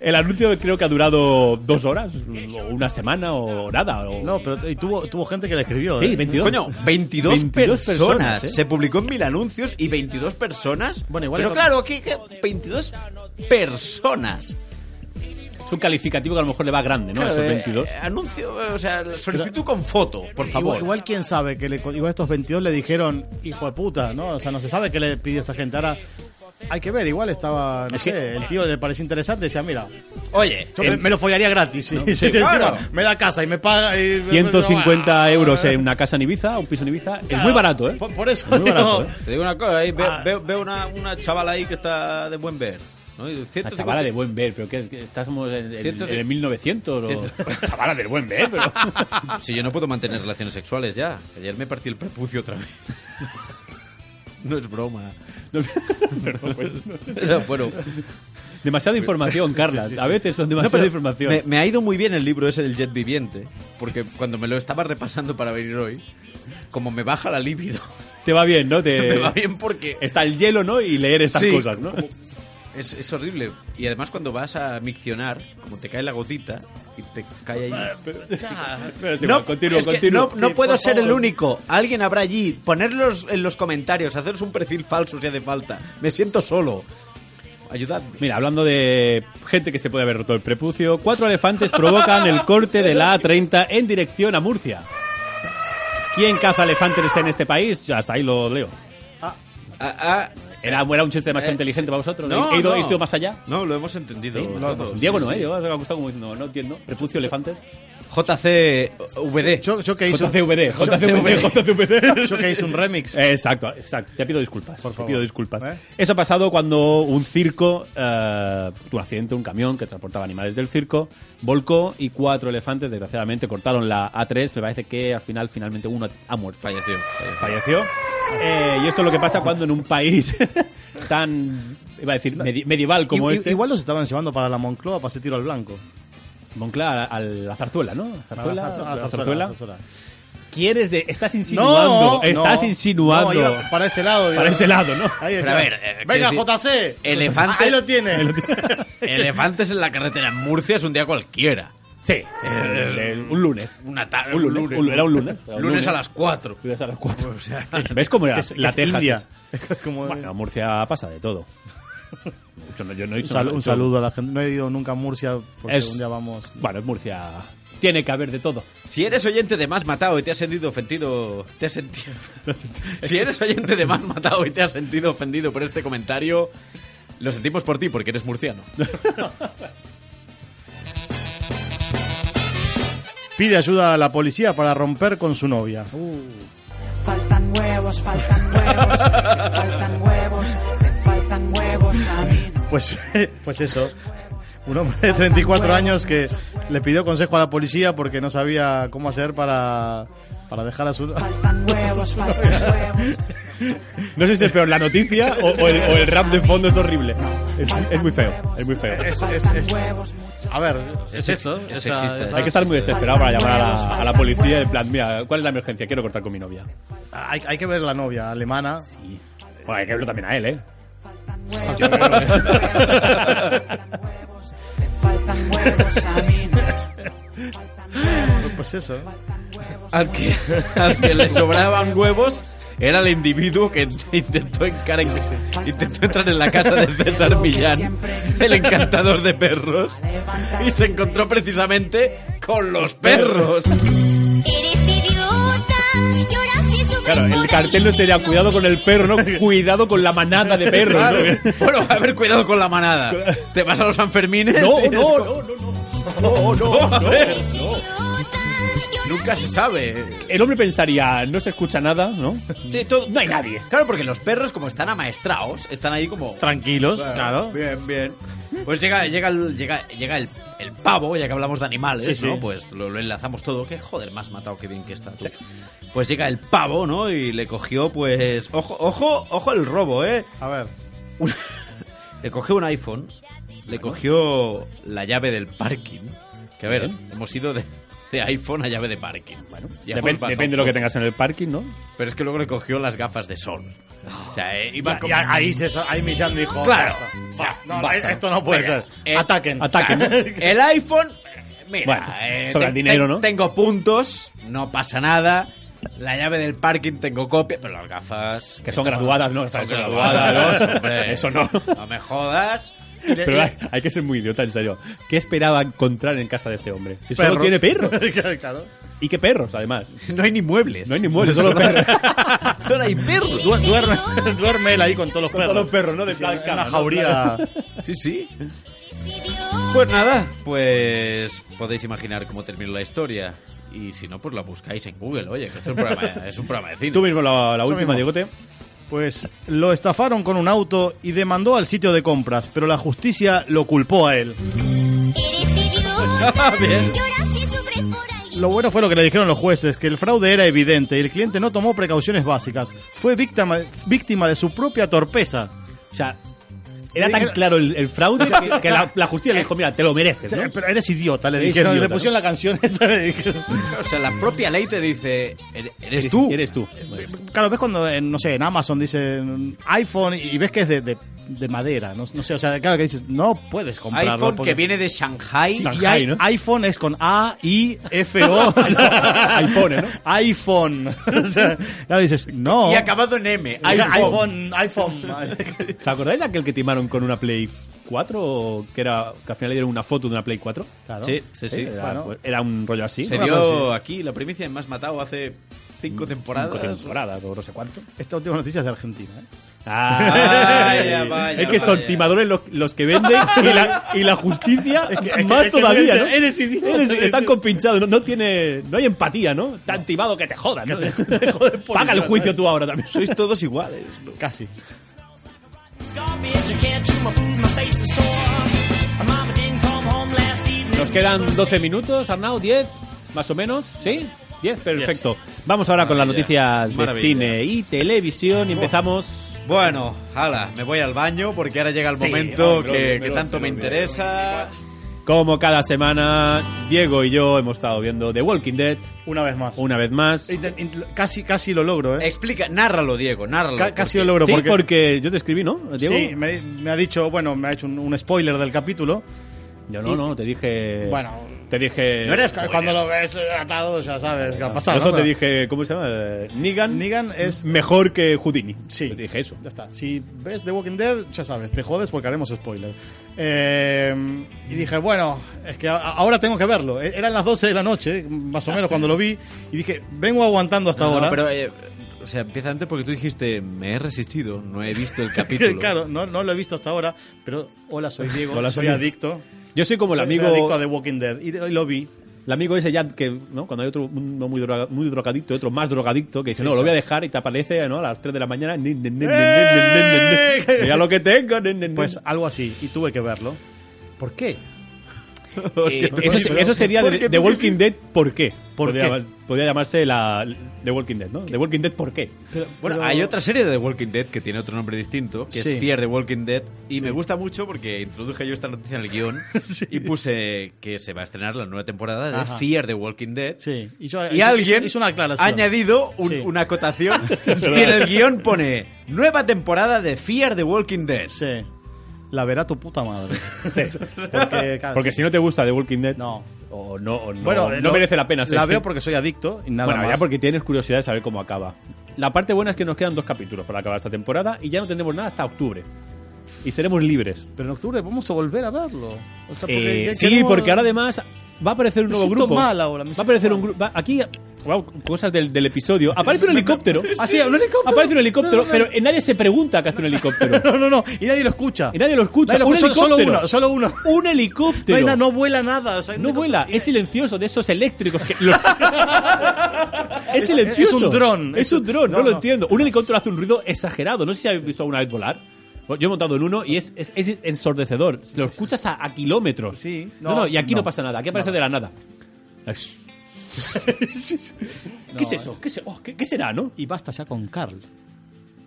Speaker 1: El anuncio creo que ha durado dos horas, o una semana, o nada. O...
Speaker 2: No, pero t- y tuvo, tuvo gente que le escribió.
Speaker 1: Sí,
Speaker 2: ¿eh?
Speaker 1: 22.
Speaker 3: Coño, 22,
Speaker 1: 22
Speaker 3: personas.
Speaker 1: personas, ¿eh?
Speaker 3: Se publicó en mil anuncios y 22 personas.
Speaker 2: Bueno, igual
Speaker 3: Pero
Speaker 2: con-
Speaker 3: claro, aquí que 22 personas.
Speaker 1: Es un calificativo que a lo mejor le va grande, ¿no? A
Speaker 3: Claro,
Speaker 1: esos
Speaker 3: eh,
Speaker 1: 22.
Speaker 3: eh, anuncio, eh, o sea, solicitud con foto, por favor.
Speaker 2: Igual, igual quién sabe que le, igual estos 22 le dijeron hijo de puta, ¿no? O sea, no se sabe qué le pidió esta gente. Ahora hay que ver, igual estaba, no
Speaker 1: Es
Speaker 2: sé,
Speaker 1: que-
Speaker 2: el tío le pareció interesante y decía, mira,
Speaker 3: Oye,
Speaker 2: yo me,
Speaker 3: en-
Speaker 2: me lo follaría gratis. *laughs* y-
Speaker 3: sí,
Speaker 2: y encima
Speaker 3: claro.
Speaker 2: Me da casa y me paga. y-
Speaker 3: pues, ah,
Speaker 1: 150 euros en una casa en Ibiza, un piso en Ibiza. Es muy barato, ¿eh?
Speaker 2: Por, por eso,
Speaker 1: Muy
Speaker 2: digo,
Speaker 1: barato, ¿eh?
Speaker 3: Te digo una cosa, ahí ve-
Speaker 2: Ah.
Speaker 3: veo, veo una, una chavala ahí que está de buen ver. ¿no? Y
Speaker 1: La
Speaker 3: 150
Speaker 1: chavala de buen ver, pero que, que estamos en, en-
Speaker 3: Ciento-
Speaker 1: en el 1900 o... *laughs*
Speaker 3: Ciento-
Speaker 1: Chavala del buen ver,
Speaker 3: *laughs*
Speaker 1: pero...
Speaker 3: Si yo no puedo mantener relaciones sexuales ya. Ayer me partí el prepucio otra vez. *laughs* No es broma. *laughs* Pero bueno.
Speaker 1: Demasiada información, Carla. A veces son demasiada información.
Speaker 3: Me, me ha ido muy bien el libro ese del Jet Viviente. Porque cuando me lo estaba repasando para venir hoy, como me baja la libido, *laughs*
Speaker 1: Te va bien, ¿no? Te...
Speaker 3: me va bien porque
Speaker 1: Está el hielo, ¿no? Y leer Eh, estas
Speaker 3: Sí,
Speaker 1: cosas, ¿no?
Speaker 3: como- es, es horrible. Y además cuando vas a miccionar, como te cae la gotita y te cae ahí...
Speaker 1: Pero Ah, es igual, continúo,
Speaker 3: es que
Speaker 1: continúo.
Speaker 3: no- no
Speaker 2: Sí,
Speaker 3: puedo
Speaker 2: por
Speaker 3: ser
Speaker 2: favor.
Speaker 3: el único. Alguien habrá allí. Ponerlos en los comentarios, haceros un perfil falso si hace falta. Me siento solo. Ayudadme.
Speaker 1: Mira, hablando de gente que se puede haber roto el prepucio, cuatro elefantes provocan el corte de la A30 en dirección a Murcia. ¿Quién caza elefantes en este país? Ya, Hasta ahí lo leo. Era, era un chiste demasiado
Speaker 3: Eh,
Speaker 1: inteligente
Speaker 3: sí.
Speaker 1: para vosotros.
Speaker 3: No,
Speaker 1: he, ido, he
Speaker 3: no.
Speaker 1: ido más allá.
Speaker 3: No, lo hemos entendido.
Speaker 1: Sí,
Speaker 3: todos.
Speaker 1: Diego
Speaker 3: Sí,
Speaker 1: no, ¿eh?
Speaker 3: sí.
Speaker 1: Diego se ha gustado como diciendo, no, no entiendo. Prepucio, elefantes.
Speaker 3: JCVD.
Speaker 2: Yo, yo que hice, un-
Speaker 1: JCVD, JCVD, JCVD.
Speaker 2: yo que hice un remix.
Speaker 1: Eh, Exacto, exacto. Te pido disculpas.
Speaker 2: Por
Speaker 1: te
Speaker 2: favor.
Speaker 1: pido disculpas.
Speaker 2: ¿Eh?
Speaker 1: Eso ha pasado cuando un circo, eh, un accidente, un camión que transportaba animales del circo, volcó y cuatro elefantes, desgraciadamente, cortaron la A3. Me parece que al final, finalmente, uno ha muerto.
Speaker 3: Falleció.
Speaker 1: Falleció. Eh, y esto es lo que pasa cuando en un país *laughs* tan, iba a decir, medi- medieval *laughs* como
Speaker 2: I- i-
Speaker 1: este.
Speaker 2: Igual los estaban llevando para la Moncloa para ese tiro al blanco.
Speaker 1: Moncla a la zarzuela, ¿no? Zarzuela,
Speaker 2: A la zarzu- a
Speaker 1: zarzuela.
Speaker 2: la zarzuela, a la zarzuela.
Speaker 1: ¿Quieres de.? Estás insinuando. estás
Speaker 2: no,
Speaker 1: insinuando.
Speaker 2: no, iba para ese lado. digo.
Speaker 1: Para ese lado,
Speaker 2: *laughs*
Speaker 1: ¿no?
Speaker 2: Ahí
Speaker 3: Pero
Speaker 2: está.
Speaker 3: a ver, eh,
Speaker 2: Venga,
Speaker 3: quiero
Speaker 2: JC.
Speaker 3: elefante-
Speaker 2: Ahí lo tiene.
Speaker 3: Elefantes en la carretera en Murcia es un día cualquiera.
Speaker 1: Sí, el- el- el- un lunes.
Speaker 3: Una tarde.
Speaker 1: Un lunes, un- era un lunes. Era un
Speaker 3: Lunes, a las 4.
Speaker 1: Lunes a las cuatro. *laughs* ¿Ves cómo era
Speaker 2: Que es- que
Speaker 1: la
Speaker 2: es
Speaker 1: Texas?
Speaker 2: India.
Speaker 1: es-
Speaker 2: Como-
Speaker 1: Bueno, Murcia pasa de todo. Yo no, yo no he
Speaker 2: Un,
Speaker 1: dicho nada,
Speaker 2: sal- un
Speaker 1: yo- pues,
Speaker 2: saludo a la gente. No he ido nunca a Murcia porque
Speaker 1: Es-
Speaker 2: un día vamos.
Speaker 1: Bueno, es Murcia. Tiene que haber de todo.
Speaker 3: Si eres oyente de Más Matado y te has sentido ofendido, te
Speaker 1: *laughs*
Speaker 3: has sentido... *laughs* si eres oyente de Más Matado y te has sentido ofendido por este comentario, lo sentimos por ti porque
Speaker 1: *laughs*
Speaker 3: eres murciano.
Speaker 2: Pide ayuda a la policía para romper con su novia.
Speaker 6: Faltan huevos, faltan huevos, me faltan huevos, me faltan huevos a mí.
Speaker 2: Pues, *laughs* pues eso. Un hombre de 34 años que le pidió consejo a la policía porque no sabía cómo hacer para, para dejar a su.
Speaker 6: Faltan huevos, faltan huevos.
Speaker 1: No sé si es peor la noticia o, o el, o el rap de fondo es horrible. Es, es muy feo, es muy feo.
Speaker 2: Es- es- es- A ver, es eso.
Speaker 3: es
Speaker 2: o sea,
Speaker 3: sexista,
Speaker 2: es-
Speaker 1: Hay que estar muy desesperado para llamar a la, a la policía. En plan, mira, ¿cuál es la emergencia? Quiero cortar con mi novia.
Speaker 2: hay, hay que ver la novia alemana.
Speaker 1: Y, bueno, hay que verlo también a él, ¿eh?
Speaker 6: Faltan huevos, faltan huevos, me faltan huevos a mí. Faltan huevos,
Speaker 2: Pues eso.
Speaker 6: faltan huevos.
Speaker 3: Al que, al que le sobraban huevos era el individuo que intentó, encar- intentó entrar en la casa de César Millán, el encantador de perros, y se encontró precisamente con los perros.
Speaker 5: Eres idiota, lloraste sobre
Speaker 1: Claro, el cartel no sería
Speaker 5: sería
Speaker 1: cuidado con el perro, ¿no? Cuidado con la manada de perros,
Speaker 3: Claro.
Speaker 1: ¿no?
Speaker 3: Bueno, a ver, cuidado con la manada. Te vas a los Sanfermines.
Speaker 1: *laughs* No,
Speaker 3: y eres
Speaker 1: no,
Speaker 3: como- *laughs*
Speaker 1: no, no, no, no, no, no,
Speaker 3: A ver.
Speaker 5: Idiota,
Speaker 3: Nunca se sabe.
Speaker 1: El hombre pensaría, no se escucha nada, ¿no?
Speaker 3: Sí, todo-
Speaker 1: No hay nadie.
Speaker 3: Claro, porque los perros, como están amaestrados, están ahí como.
Speaker 2: Tranquilos, claro.
Speaker 3: Bien, bien. Pues llega, llega, el, llega, llega el, el pavo, ya que hablamos de animales,
Speaker 2: Sí, sí.
Speaker 3: ¿no? Pues lo, lo enlazamos todo. Que joder, más matado que bien que está tú. Pues llega el pavo, ¿no? Y le cogió, pues. Ojo, ojo, ojo el robo, ¿eh?
Speaker 2: A ver.
Speaker 3: Un- le cogió un iPhone, le cogió la llave del parking. Que a ver, hemos ido de, de iPhone a llave de parking. Bueno,
Speaker 1: Depen- depende de lo que tengas en el parking,
Speaker 3: *laughs*
Speaker 1: ¿no?
Speaker 3: Pero es que luego le cogió las gafas de sol. O sea, eh, iba como-
Speaker 2: Ya, ahí, se, ahí Millán dijo.
Speaker 3: Claro.
Speaker 2: basta.
Speaker 3: Ya,
Speaker 2: No,
Speaker 3: basta.
Speaker 2: no, esto no puede
Speaker 3: Venga,
Speaker 2: ser.
Speaker 3: eh,
Speaker 2: ataquen.
Speaker 1: ataquen.
Speaker 3: El iPhone, mira,
Speaker 1: Bueno,
Speaker 3: eh,
Speaker 1: sobra
Speaker 3: te-
Speaker 1: el dinero,
Speaker 3: te-
Speaker 1: ¿no?
Speaker 3: Tengo puntos, no pasa nada. La llave del parking tengo copia, pero las gafas
Speaker 1: Que son graduadas, ¿no?
Speaker 3: Son
Speaker 1: Son
Speaker 3: graduadas,
Speaker 1: graduadas, ¿no? *laughs*
Speaker 3: hombre.
Speaker 1: Eso no.
Speaker 3: No me jodas.
Speaker 1: Pero hay, hay que ser muy idiota, en serio. ¿Qué esperaba encontrar en casa de este hombre? Si solo
Speaker 2: Perros.
Speaker 1: tiene perros.
Speaker 2: *laughs* claro.
Speaker 1: ¿Y qué perros,
Speaker 2: *laughs*
Speaker 1: además?
Speaker 3: No hay ni muebles.
Speaker 1: No hay ni muebles, solo perros.
Speaker 3: Solo hay perros.
Speaker 2: Du- duerme, *laughs* duerme él ahí con todos los
Speaker 1: Con
Speaker 2: perros.
Speaker 1: todos los perros, ¿no? De
Speaker 2: Sí,
Speaker 1: plan
Speaker 2: en
Speaker 1: cama,
Speaker 2: la
Speaker 1: ¿no?
Speaker 2: jauría.
Speaker 3: Sí, sí. Pues nada, pues podéis imaginar cómo terminó la historia. Y si no, pues la buscáis en Google, oye, que esto es un programa, es un programa de cine.
Speaker 1: Tú mismo la, la última,
Speaker 2: mismo.
Speaker 1: Diegote.
Speaker 2: Pues lo estafaron con un auto y demandó al sitio de compras, pero la justicia lo culpó a él.
Speaker 1: *laughs*
Speaker 3: Ah, bien.
Speaker 2: Lo bueno fue lo que le dijeron los jueces, que el fraude era evidente y el cliente no tomó precauciones básicas. Fue víctima, víctima de su propia torpeza.
Speaker 1: O sea, era tan claro el, el fraude que, que la, la justicia le dijo, mira, te lo mereces, ¿no?
Speaker 2: Pero eres idiota, le
Speaker 1: Eres
Speaker 2: dijeron.
Speaker 1: idiota,
Speaker 2: le pusieron la canción esta. le dijeron.
Speaker 3: O sea, la propia ley te dice, "Ere- eres tú.
Speaker 1: Eres tú.
Speaker 2: Claro, ves cuando, en, no sé, en Amazon dicen iPhone y ves que es de, de- de madera. No, no sé, o sea, claro que dices, no puedes comprarlo.
Speaker 3: iPhone
Speaker 2: porque-
Speaker 3: que viene de Shanghai.
Speaker 1: Sí.
Speaker 2: Y hay-
Speaker 1: Shanghai, ¿no?
Speaker 2: iPhone es con A, I, F, O.
Speaker 1: iPhone, ¿no?
Speaker 2: iPhone. *laughs* O sea, claro, dices, no.
Speaker 3: Y acabado en M. iPhone.
Speaker 2: iPhone. iPhone. *laughs*
Speaker 1: ¿Os acordáis de aquel que timaron con una Play 4? o Que, era, que al final le dieron una foto de una Play 4.
Speaker 2: Claro.
Speaker 3: Sí, sí, sí.
Speaker 1: Era,
Speaker 2: Bueno.
Speaker 1: pues, era un rollo así.
Speaker 3: Se
Speaker 1: ¿no?
Speaker 3: dio aquí la primicia en Más Matado hace Mm, cinco temporadas.
Speaker 1: Cinco temporadas o no sé cuánto.
Speaker 2: Esta última noticia es de Argentina. ¿eh?
Speaker 1: *laughs*
Speaker 3: Vaya, vaya,
Speaker 1: es que son
Speaker 3: vaya.
Speaker 1: timadores los, los que venden y la, y la justicia más
Speaker 2: es que
Speaker 1: todavía, ¿no?
Speaker 2: eres idiota.
Speaker 1: Eres- están compinchados, no, no tiene, no hay empatía, ¿no? Tan timado que te jodan, ¿no?
Speaker 2: *laughs*
Speaker 1: Paga el juicio tú ahora también.
Speaker 3: *laughs* Sois todos iguales. ¿no?
Speaker 2: Casi.
Speaker 1: Nos quedan 12 minutos, Arnau, 10, más o menos, ¿sí? 10, perfecto. Vamos ahora con las
Speaker 3: Maravilla,
Speaker 1: noticias de
Speaker 3: maravilla.
Speaker 1: cine y televisión y empezamos...
Speaker 3: Bueno, hala, me voy al baño porque ahora llega el
Speaker 1: Sí,
Speaker 3: momento
Speaker 1: hombre,
Speaker 3: que,
Speaker 1: hombre,
Speaker 3: que tanto me
Speaker 1: hombre, hombre,
Speaker 3: interesa.
Speaker 1: Como cada semana, Diego y yo hemos estado viendo The Walking Dead
Speaker 2: Una vez más.
Speaker 1: una vez más.
Speaker 2: Int- int- Casi, casi lo logro, ¿eh?
Speaker 3: Explica, nárralo, Diego, nárralo.
Speaker 2: Ca- casi
Speaker 3: porque-
Speaker 2: lo logro.
Speaker 1: sí,
Speaker 2: porque...
Speaker 1: porque... yo te escribí, ¿no, Diego?
Speaker 2: Sí, me, me ha dicho, bueno, me ha hecho un, un spoiler del capítulo.
Speaker 1: Yo no, no, te dije...
Speaker 2: Bueno.
Speaker 1: Te dije...
Speaker 3: No eras
Speaker 2: Cu- Cuando lo ves eh, atado, ya sabes qué ha
Speaker 1: No,
Speaker 2: pasado.
Speaker 1: Eso
Speaker 2: ¿no?
Speaker 1: te
Speaker 2: Pero-
Speaker 1: dije, ¿cómo se llama? Eh, Negan.
Speaker 2: Negan es-
Speaker 1: Mejor que Houdini.
Speaker 2: Sí.
Speaker 1: Te dije eso.
Speaker 2: Ya está. Si ves The Walking Dead, ya sabes, te jodes porque haremos spoiler. Eh, y dije, bueno, es que a- ahora tengo que verlo. E- Eran las 12 de la noche, más o menos, cuando lo vi. Y dije, vengo aguantando hasta
Speaker 3: No, no,
Speaker 2: ahora.
Speaker 3: pero, eh, o sea, empieza antes porque tú dijiste, me he resistido, no he visto
Speaker 2: *laughs*
Speaker 3: el capítulo. *laughs*
Speaker 2: claro, no, no lo he visto hasta ahora. Pero hola, soy Diego.
Speaker 1: Hola,
Speaker 2: soy,
Speaker 1: soy-
Speaker 2: adicto.
Speaker 1: Yo soy como el
Speaker 2: Soy- soy
Speaker 1: amigo,
Speaker 2: adicto a The Walking Dead. Y y lo vi.
Speaker 1: el amigo ese ya que, ¿no? Cuando hay otro uno muy, droga- muy drogadicto, otro más drogadicto, que dice, no, lo voy a dejar y te aparece, ¿no? A las 3 de la mañana. nin, nin, nin, nin, nin,
Speaker 2: *laughs*
Speaker 1: nin, nin. Mira lo que tengo. nin, nin, Eh, nin.
Speaker 2: ¡Eh! Pues algo así. Y tuve que verlo. ¿Por qué?
Speaker 1: Eh, eso, se- eso sería de, The Walking Dead, ¿por qué?
Speaker 2: ¿Por
Speaker 1: podría,
Speaker 2: qué?
Speaker 1: llamar- podría llamarse la The Walking Dead, ¿no? The Walking Dead, ¿por qué?
Speaker 3: Bueno, hay otra serie de The Walking Dead que tiene otro nombre distinto, que
Speaker 2: Sí.
Speaker 3: es Fear the Walking Dead, y me gusta mucho porque introduje yo esta noticia en el
Speaker 2: *laughs*
Speaker 3: guión y puse que se va a estrenar la nueva temporada de
Speaker 2: Ajá.
Speaker 3: Fear the Walking Dead.
Speaker 2: Sí. Y, yo-
Speaker 3: Y
Speaker 2: hizo-
Speaker 3: alguien
Speaker 2: hizo, hizo una
Speaker 3: ha
Speaker 2: aclaración.
Speaker 3: añadido
Speaker 2: *laughs*
Speaker 3: un-
Speaker 2: Sí.
Speaker 3: una acotación y en el guión pone nueva temporada de Fear the Walking Dead.
Speaker 2: Sí. La verá tu
Speaker 1: *laughs*
Speaker 2: puta madre. *laughs* Porque, claro,
Speaker 1: Porque si no te gusta The Walking Dead,
Speaker 2: No.
Speaker 1: o no, o no,
Speaker 2: Bueno,
Speaker 1: no
Speaker 2: lo-
Speaker 1: merece la pena. ser
Speaker 2: La
Speaker 1: fiel.
Speaker 2: veo porque soy adicto y nada
Speaker 1: bueno,
Speaker 2: más.
Speaker 1: ya porque tienes curiosidad de saber cómo acaba. La parte buena es que nos quedan dos capítulos para acabar esta temporada y ya no tendremos nada hasta octubre. Y seremos libres.
Speaker 2: Pero en octubre vamos a volver a verlo. O sea,
Speaker 1: Eh,
Speaker 2: ya
Speaker 1: sí,
Speaker 2: queremos-
Speaker 1: porque ahora además va a aparecer un
Speaker 2: Me
Speaker 1: nuevo
Speaker 2: siento
Speaker 1: grupo.
Speaker 2: mal ahora, me
Speaker 1: va a
Speaker 2: siento
Speaker 1: aparecer un
Speaker 2: mal.
Speaker 1: grupo. Aquí, wow, cosas del, del episodio. Aparece un helicóptero.
Speaker 2: *laughs* Ah, sí, un helicóptero.
Speaker 1: Aparece un helicóptero,
Speaker 2: No, no, no.
Speaker 1: pero nadie se pregunta qué hace un helicóptero.
Speaker 2: *laughs* *laughs* No, no, no. Y nadie lo escucha.
Speaker 1: Y nadie lo escucha.
Speaker 2: Nadie
Speaker 1: un
Speaker 2: escucha, solo-
Speaker 1: helicóptero.
Speaker 2: Solo uno, solo uno.
Speaker 1: Un
Speaker 2: No,
Speaker 1: helicóptero.
Speaker 2: hay nada, no vuela nada. o sea, hay un
Speaker 1: No
Speaker 2: helicóptero.
Speaker 1: vuela, es silencioso, de esos eléctricos que...
Speaker 2: *laughs*
Speaker 1: lo- es
Speaker 2: es
Speaker 1: silencioso.
Speaker 2: un dron.
Speaker 1: Es un dron, no,
Speaker 2: No,
Speaker 1: lo
Speaker 2: no.
Speaker 1: entiendo. Un helicóptero hace un ruido exagerado, no sé si habéis visto alguna vez volar. Yo he montado en uno y es, es- es ensordecedor. Lo escuchas a, a kilómetros.
Speaker 2: Sí,
Speaker 1: no,
Speaker 2: no,
Speaker 1: no, y aquí no,
Speaker 2: no.
Speaker 1: pasa nada. Aquí aparece de la nada.
Speaker 2: *laughs*
Speaker 1: ¿Qué es
Speaker 2: eh.
Speaker 1: eso? ¿Qué, se- oh, ¿qué- qué será, no?
Speaker 2: Y basta ya con Carl.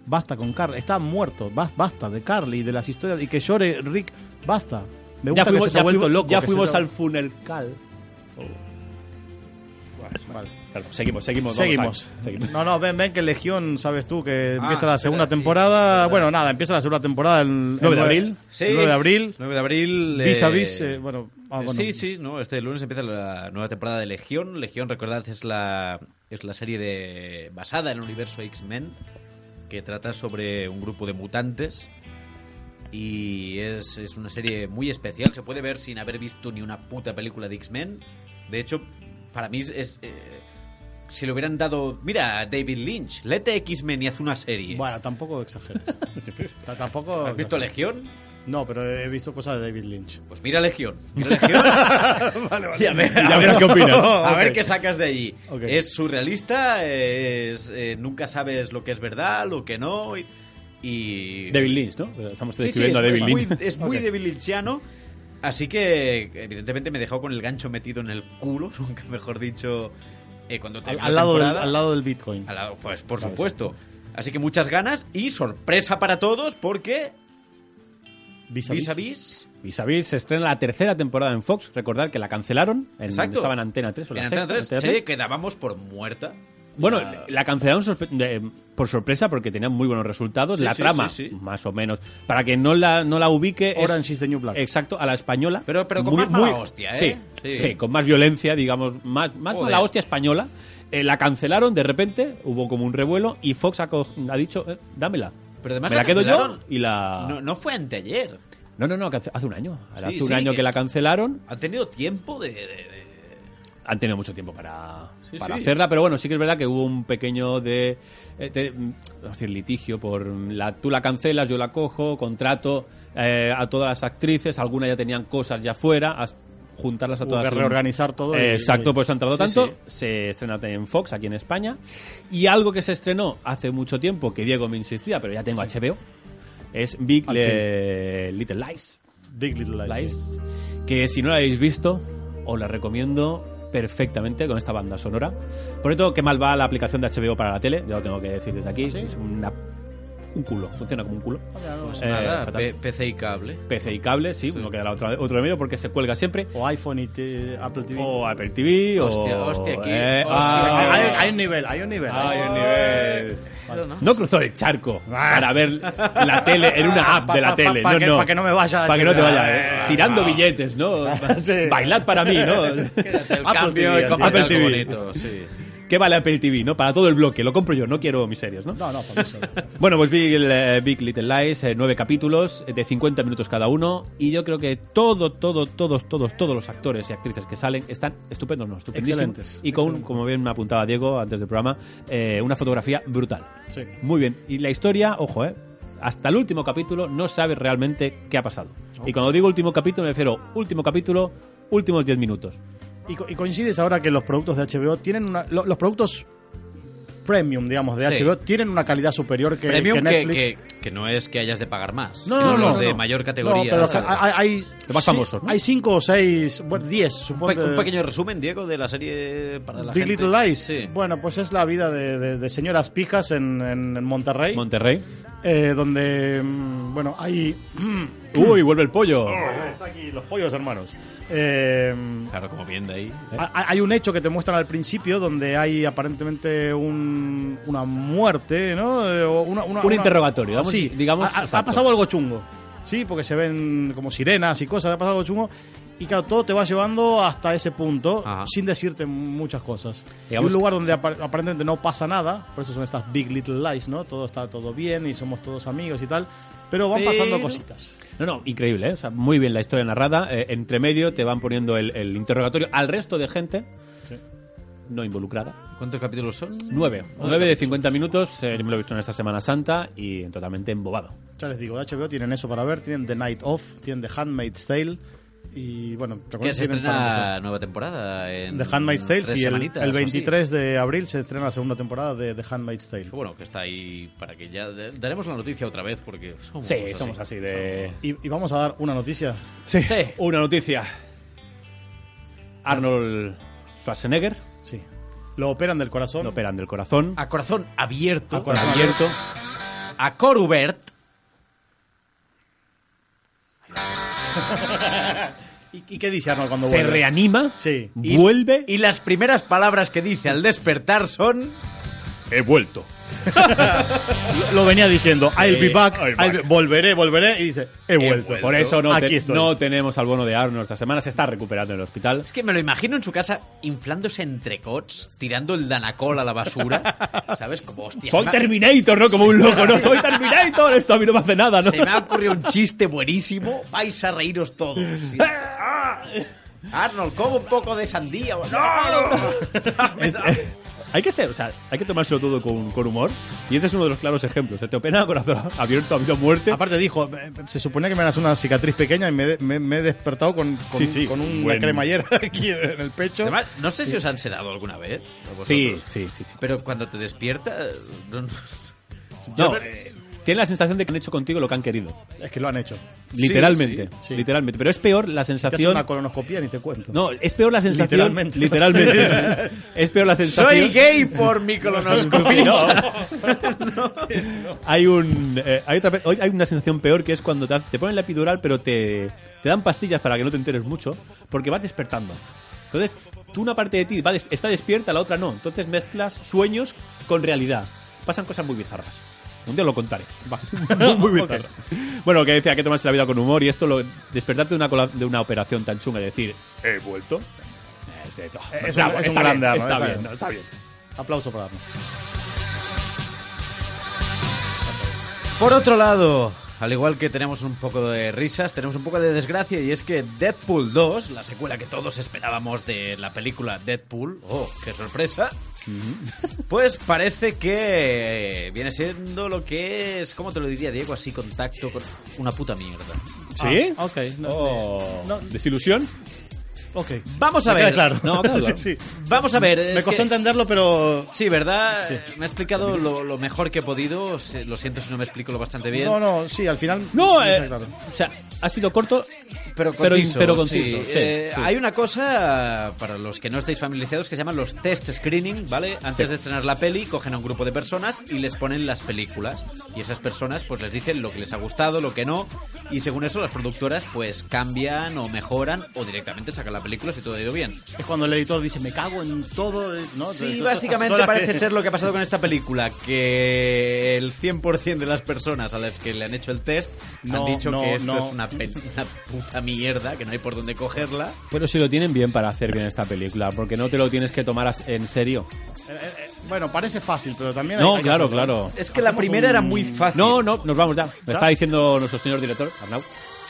Speaker 2: Basta con Carl. Está muerto. Bas- Basta de Carl y de las historias. Y que llore Rick. Basta. Me gusta
Speaker 1: Ya fuimos,
Speaker 2: que se haya
Speaker 1: ya
Speaker 2: vuelto
Speaker 1: fuimos-
Speaker 2: loco.
Speaker 1: ya
Speaker 2: que se
Speaker 1: fuimos
Speaker 2: haya-
Speaker 1: al funercal.
Speaker 2: Vale.
Speaker 1: Claro, seguimos, seguimos. vamos,
Speaker 2: Seguimos.
Speaker 1: ahí,
Speaker 2: *laughs*
Speaker 1: seguimos.
Speaker 2: No, no, ven, ven que Legión, sabes tú, que
Speaker 1: Ah,
Speaker 2: empieza la
Speaker 3: espera,
Speaker 2: segunda
Speaker 3: sí,
Speaker 2: temporada.
Speaker 3: verdad.
Speaker 2: bueno, nada, empieza la segunda temporada el
Speaker 1: 9 de
Speaker 2: el
Speaker 1: abril.
Speaker 3: Sí.
Speaker 2: el 9 de abril.
Speaker 3: 9 de abril.
Speaker 2: Vis a vis, eh, bueno, ah, bueno.
Speaker 3: Sí, sí, no, este lunes empieza la nueva temporada de Legión. Legión, recordad, es la, es la serie de, basada en el universo X-Men que trata sobre un grupo de mutantes. Y es, es una serie muy especial. Se puede ver sin haber visto ni una puta película de X-Men. De hecho, para mí es. es, eh, si le hubieran dado. Mira, David Lynch, lete X-Men y haz una serie.
Speaker 2: Bueno, tampoco exageres. T- tampoco.
Speaker 3: ¿Has visto Legión?
Speaker 2: No, pero he visto cosas de David Lynch.
Speaker 3: Pues
Speaker 2: *laughs*
Speaker 3: mira Legión. Mira Legión. Y a ver-
Speaker 1: *laughs* Ya verás qué
Speaker 2: *laughs*
Speaker 1: opinas.
Speaker 3: *laughs* A
Speaker 2: Ok.
Speaker 3: ver qué sacas de allí.
Speaker 2: Ok.
Speaker 3: Es surrealista, es, eh, nunca sabes lo que es verdad, lo que no. Y. y-
Speaker 1: David Lynch, ¿no? Estamos
Speaker 3: Sí, sí,
Speaker 1: describiendo
Speaker 3: es,
Speaker 1: a David
Speaker 3: es
Speaker 1: Lynch.
Speaker 3: Muy, es muy David Lynchiano, Así que, evidentemente, me dejó con el gancho metido en el culo, *laughs* nunca mejor dicho, eh, cuando
Speaker 2: Al,
Speaker 3: terminó
Speaker 2: al lado del,
Speaker 3: temporada.
Speaker 2: al lado del Bitcoin.
Speaker 3: Al lado, pues por supuesto. Así que muchas ganas y sorpresa para todos porque
Speaker 2: Vis a
Speaker 3: Vis
Speaker 2: vis.
Speaker 3: a Vis
Speaker 1: Vis a Vis se estrena la tercera temporada en Fox. Recordad que la cancelaron. En
Speaker 3: Exacto.
Speaker 1: donde estaba en Antena 3 o la
Speaker 3: en
Speaker 1: sexta,
Speaker 3: Antena 3,
Speaker 1: Antena
Speaker 3: serie
Speaker 1: 3.
Speaker 3: que dábamos por muerta.
Speaker 1: Bueno,
Speaker 3: La-
Speaker 1: la cancelaron sorpre- eh, por sorpresa porque tenían muy buenos resultados.
Speaker 3: Sí,
Speaker 1: la
Speaker 3: sí,
Speaker 1: trama,
Speaker 3: sí, sí.
Speaker 1: más o menos. Para que no la, no la ubique. es-
Speaker 2: Orange is the New Black.
Speaker 1: Exacto, a la española.
Speaker 3: Pero- pero con más mala hostia, ¿eh?
Speaker 1: Sí, sí.
Speaker 3: Sí.
Speaker 1: con más violencia, digamos. Más, más
Speaker 3: Joder.
Speaker 1: mala hostia española. Eh, la cancelaron de repente, hubo como un revuelo y Fox ha, co- ha dicho, eh, dámela.
Speaker 3: Pero además
Speaker 1: Me la
Speaker 3: la
Speaker 1: quedo yo
Speaker 3: cancelaron-
Speaker 1: y la...
Speaker 3: No, no fue anteayer.
Speaker 1: No, no, no, que hace hace un año.
Speaker 3: Sí,
Speaker 1: hace un
Speaker 3: sí,
Speaker 1: año que...
Speaker 3: que
Speaker 1: la cancelaron.
Speaker 3: Han tenido tiempo de. de- de-
Speaker 1: Han tenido mucho tiempo para,
Speaker 3: Sí,
Speaker 1: para
Speaker 3: sí.
Speaker 1: hacerla, pero bueno, sí que es verdad que hubo un pequeño de, eh, de, mm, vamos a decir, litigio por mm, la, tú la cancelas, yo la cojo, contrato eh, a todas las actrices, algunas ya tenían cosas ya fuera, as- juntarlas a
Speaker 2: Hubo
Speaker 1: todas.
Speaker 2: que
Speaker 1: en-
Speaker 2: reorganizar todo y-
Speaker 1: Eh, exacto,
Speaker 2: y-
Speaker 1: pues han tardado
Speaker 3: Sí,
Speaker 1: tanto.
Speaker 3: sí.
Speaker 1: Se estrena en Fox aquí en España y algo que se estrenó hace mucho tiempo que Diego me insistía, pero ya tengo HBO. Es Big
Speaker 2: Al
Speaker 1: Le- Little Lies.
Speaker 2: Big Little Lies. sí.
Speaker 1: Lies, que si no la habéis visto, os la recomiendo perfectamente con esta banda sonora. Por todo, qué mal va la aplicación de HBO para la tele, ya lo tengo que decir desde aquí.
Speaker 2: ¿Ah, sí?
Speaker 1: Es una- un culo, funciona como un culo.
Speaker 3: Pues
Speaker 1: Eh,
Speaker 3: nada,
Speaker 1: fatal.
Speaker 3: P- PC y cable.
Speaker 1: PC y cable, sí, no queda otro, otro medio porque se cuelga siempre.
Speaker 2: O iPhone y te- Apple TV.
Speaker 1: O Apple TV,
Speaker 3: Hostia,
Speaker 1: o...
Speaker 3: hostia, aquí,
Speaker 1: eh,
Speaker 3: hostia,
Speaker 1: ah,
Speaker 3: aquí.
Speaker 2: hay, hay un nivel, hay un nivel.
Speaker 1: hay un nivel.
Speaker 3: Pero no.
Speaker 1: No cruzó el charco para ver la tele en una app de la
Speaker 2: Ah. Pa- pa- pa-
Speaker 1: tele.
Speaker 2: pa-
Speaker 1: no,
Speaker 2: que-
Speaker 1: no.
Speaker 2: pa' que no me vaya.
Speaker 1: Para que no te
Speaker 2: Eh,
Speaker 1: vaya. eh. Tirando billetes, ¿no?
Speaker 2: *laughs* Sí.
Speaker 1: Bailad para mí,
Speaker 2: *laughs*
Speaker 1: ¿no?
Speaker 3: Quédate el
Speaker 2: Apple Eh,
Speaker 3: cambio
Speaker 2: TV,
Speaker 3: y
Speaker 2: así.
Speaker 1: Apple
Speaker 3: cómprate algo
Speaker 1: TV.
Speaker 2: *laughs*
Speaker 3: bonito, sí.
Speaker 1: ¿Qué vale Apple TV, no? Para todo el bloque, lo compro yo, no quiero mis series, ¿no?
Speaker 2: No, no, por eso.
Speaker 1: Bueno, pues Big, eh, Big Little Lies, eh, nueve capítulos, eh, de 50 minutos cada uno, y yo creo que todo, todo, todos, todos, todos los actores y actrices que salen están estupendos, ¿no? Estupendísimos.
Speaker 2: Excelentes,
Speaker 1: y con,
Speaker 2: excelentes.
Speaker 1: como bien me apuntaba Diego antes del programa, eh, una fotografía brutal.
Speaker 2: Sí.
Speaker 1: Muy bien. Y la historia, ojo, ¿eh? Hasta el último capítulo no sabes realmente qué ha pasado. Y cuando digo último capítulo, me refiero último capítulo, últimos 10 minutos.
Speaker 2: Y, co- y coincides ahora que los productos de HBO tienen una, lo- los productos premium, digamos, de
Speaker 3: Sí.
Speaker 2: HBO tienen una calidad superior que,
Speaker 3: Premium
Speaker 2: que
Speaker 3: que,
Speaker 2: Netflix.
Speaker 3: que- que no es que hayas de pagar más,
Speaker 2: No,
Speaker 3: sino
Speaker 2: no, no,
Speaker 3: los
Speaker 2: no,
Speaker 3: de
Speaker 2: no.
Speaker 3: mayor
Speaker 2: No,
Speaker 3: categoría.
Speaker 2: pero ah,
Speaker 3: ¿sabes?
Speaker 2: hay, hay-
Speaker 1: Los más
Speaker 2: sí,
Speaker 1: famosos, ¿no?
Speaker 2: Hay cinco o seis, bueno, diez,
Speaker 3: un, pe-
Speaker 2: supongo.
Speaker 3: un pequeño resumen, Diego, de la serie para la
Speaker 2: Big
Speaker 3: gente.
Speaker 2: Little Lies.
Speaker 3: Sí.
Speaker 2: Bueno, pues es la vida de, de- de señoras pijas en, en- en Monterrey,
Speaker 1: Monterrey.
Speaker 2: eh, donde, mm, bueno, hay... *clears throat*
Speaker 1: Uy, vuelve el pollo.
Speaker 2: Está aquí los pollos, hermanos. Eh,
Speaker 3: Claro, como bien de ahí.
Speaker 2: ha- ha- hay un hecho que te muestran al principio donde hay aparentemente un- una muerte, ¿no? Eh, o Una, una-
Speaker 1: Un
Speaker 2: una-
Speaker 1: interrogatorio, vamos, digamos,
Speaker 2: Ha, ha- ha
Speaker 1: exacto.
Speaker 2: pasado algo chungo, ¿sí? Porque se ven como sirenas y cosas, ha pasado algo chungo. Y claro, todo te va llevando hasta ese punto
Speaker 3: Ajá.
Speaker 2: sin decirte muchas cosas. Y
Speaker 1: Digamos-
Speaker 2: un lugar donde apar- aparentemente no pasa nada, por eso son estas Big Little Lies, ¿no? Todo está todo bien y somos todos amigos y tal, pero van pasando
Speaker 1: Pero-
Speaker 2: cositas.
Speaker 1: No, no, increíble, ¿eh? O sea, muy bien la historia narrada. Eh, entre medio te van poniendo el, el interrogatorio al resto de gente no involucrada.
Speaker 3: ¿Cuántos capítulos son?
Speaker 1: Nueve. Nueve de 50 minutos. eh, me lo he visto en esta Semana Santa y totalmente embobado.
Speaker 2: Ya les digo, de HBO tienen eso para ver, tienen The Night Off, tienen The Handmaid's Tale y bueno,
Speaker 3: Que
Speaker 2: recuerden
Speaker 3: se
Speaker 2: tienen para
Speaker 3: estrena
Speaker 2: empezar.
Speaker 3: nueva temporada en
Speaker 2: The Handmaid's Tale,
Speaker 3: tres
Speaker 2: sí, el,
Speaker 3: semanitas
Speaker 2: el
Speaker 3: o así.
Speaker 2: 23 de abril se estrena la segunda temporada de The Handmaid's Tale.
Speaker 3: Que Bueno, que está ahí para que ya... Daremos la noticia otra vez porque somos
Speaker 1: Sí, somos así de...
Speaker 2: Y, y vamos a dar una noticia.
Speaker 1: Sí.
Speaker 3: Sí.
Speaker 1: Una noticia. Arnold Schwarzenegger,
Speaker 2: Sí. Lo operan del corazón.
Speaker 1: lo operan del corazón,
Speaker 3: A corazón abierto.
Speaker 2: A corazón
Speaker 1: abierto.
Speaker 3: A Corubert.
Speaker 2: ¿Y, y qué dice Arnold cuando
Speaker 1: Se
Speaker 2: vuelve?
Speaker 1: reanima,
Speaker 2: Sí.
Speaker 3: Y-
Speaker 1: vuelve
Speaker 3: Y las primeras palabras que dice al despertar son...
Speaker 1: he vuelto.
Speaker 2: Lo venía diciendo, I'll be
Speaker 1: Sí,
Speaker 2: back,
Speaker 1: I'll be
Speaker 2: I'll be-
Speaker 1: back.
Speaker 2: volveré, volveré, y dice, he vuelto.
Speaker 1: Por eso no,
Speaker 2: Aquí
Speaker 1: te-
Speaker 2: estoy.
Speaker 1: no tenemos al bono de Arnold esta semana. Se está recuperando en el hospital.
Speaker 3: Es que me lo imagino en su casa inflándose entre cots, tirando el danacol a la basura.
Speaker 2: *laughs*
Speaker 3: ¿Sabes? Como, hostia,
Speaker 1: Soy
Speaker 3: se me ha-
Speaker 1: Terminator, ¿no? Como un loco, ¿no? Soy Terminator, esto a mí no me hace nada, ¿no?
Speaker 3: Se me ha ocurrido un chiste buenísimo. Vais a reíros todos.
Speaker 2: *laughs*
Speaker 3: Y- ¡Ah! Arnold, come un poco de sandía. ¡No!
Speaker 1: Es- eh, hay que ser, o sea, hay que tomárselo todo con, con humor. Y este es uno de los claros ejemplos. Se te opera corazón *laughs* abierto, habido muerte.
Speaker 2: Aparte dijo, eh, se suponía que me iban a hacer una cicatriz pequeña y me, de- me- me he despertado con, con,
Speaker 1: Sí, sí,
Speaker 2: con una
Speaker 1: buen-
Speaker 2: cremallera *laughs* aquí en el pecho.
Speaker 3: Además, no sé si os han sedado alguna vez. a vosotros.
Speaker 1: Sí, sí, sí, sí.
Speaker 3: Pero cuando te despiertas... no- no-
Speaker 1: No,
Speaker 3: Yo
Speaker 1: eh, tiene la sensación de que han hecho contigo lo que han querido.
Speaker 2: es que lo han hecho.
Speaker 1: Literalmente,
Speaker 2: sí, sí.
Speaker 1: literalmente. Pero es peor la
Speaker 2: Te hacen
Speaker 1: sensación.
Speaker 2: una colonoscopía ni te cuento.
Speaker 1: No, es peor la sensación.
Speaker 2: Literalmente.
Speaker 3: *laughs*
Speaker 1: literalmente. es peor la sensación.
Speaker 3: Soy gay por
Speaker 1: *laughs*
Speaker 3: mi colonoscopia.
Speaker 1: No.
Speaker 3: *laughs*
Speaker 1: Hay un eh, hay otra hoy hay una sensación peor que es cuando te, ha- te ponen la epidural pero te, te dan pastillas para que no te enteres mucho porque vas despertando. Entonces, tú una parte de ti va des- está despierta, la otra no. Entonces mezclas sueños con realidad. Pasan cosas muy bizarras. Un día lo
Speaker 3: *laughs*
Speaker 1: contaré. *laughs* muy bizarro. Bueno, que decía que tomarse la vida con humor y esto lo despertarte de una cola- de una operación tan chunga y decir, he vuelto. Es, de-
Speaker 2: Es
Speaker 1: Bravo,
Speaker 2: un- es un
Speaker 1: está
Speaker 2: grande,
Speaker 1: bien,
Speaker 2: Arno,
Speaker 1: está
Speaker 2: está
Speaker 1: bien,
Speaker 2: bien.
Speaker 1: no, está bien.
Speaker 2: Aplauso para Arnold.
Speaker 3: Por otro lado, al igual que tenemos un poco de risas, tenemos un poco de desgracia y es que Deadpool 2, la secuela que todos esperábamos de la película Deadpool, oh, qué sorpresa, pues parece que viene siendo lo que es, ¿cómo te lo diría Diego? Así contacto con una puta mierda.
Speaker 1: ¿Sí?
Speaker 2: Ah, ok, no sé.
Speaker 1: Oh,
Speaker 2: No.
Speaker 1: ¿Desilusión?
Speaker 2: Ok.
Speaker 3: Vamos a
Speaker 2: Me queda
Speaker 3: ver.
Speaker 2: claro. *laughs*
Speaker 1: No, claro.
Speaker 2: Sí, sí.
Speaker 3: Vamos a ver.
Speaker 2: Me
Speaker 3: es
Speaker 2: costó
Speaker 3: que-
Speaker 2: entenderlo, pero...
Speaker 3: Sí, ¿verdad? Me he explicado lo, lo mejor que he podido. se- Lo siento si no me explico lo bastante bien.
Speaker 2: No, no, sí, al final...
Speaker 1: No,
Speaker 2: está
Speaker 1: eh,
Speaker 2: claro.
Speaker 1: o sea, ha sido corto.
Speaker 3: pero
Speaker 1: Pero-
Speaker 3: conciso.
Speaker 1: pero conciso, sí,
Speaker 3: Eh,
Speaker 1: sí.
Speaker 3: Hay una cosa, para los que no estáis familiarizados, que se llaman los test screening, ¿vale? Antes de estrenar la peli, cogen a un grupo de personas y les ponen las películas. Y esas personas, pues les dicen lo que les ha gustado, lo que no. Y según eso, las productoras, pues cambian o mejoran o directamente sacan la película si todo ha ido bien.
Speaker 2: Es cuando el editor dice, me cago en todo, eh, ¿no? Todas
Speaker 3: Sí,
Speaker 2: estas
Speaker 3: básicamente
Speaker 2: horas
Speaker 3: parece
Speaker 2: que-
Speaker 3: *laughs* ser lo que ha pasado con esta película, que el 100% de las personas a las que le han hecho el test
Speaker 2: No,
Speaker 3: han dicho
Speaker 2: no,
Speaker 3: que esto
Speaker 2: no.
Speaker 3: es una, pe- una puta mierda, que no hay por dónde cogerla.
Speaker 1: Pero si lo tienen bien para hacer bien esta película, porque no te lo tienes que tomar as- en serio.
Speaker 2: Eh, eh, eh, bueno, parece fácil, pero también... hay-
Speaker 1: No,
Speaker 2: hay que
Speaker 1: claro,
Speaker 2: hacerlo.
Speaker 1: claro.
Speaker 3: Es que la primera era muy fácil.
Speaker 1: No, no, nos vamos ya. Me está diciendo nuestro señor director, Arnau,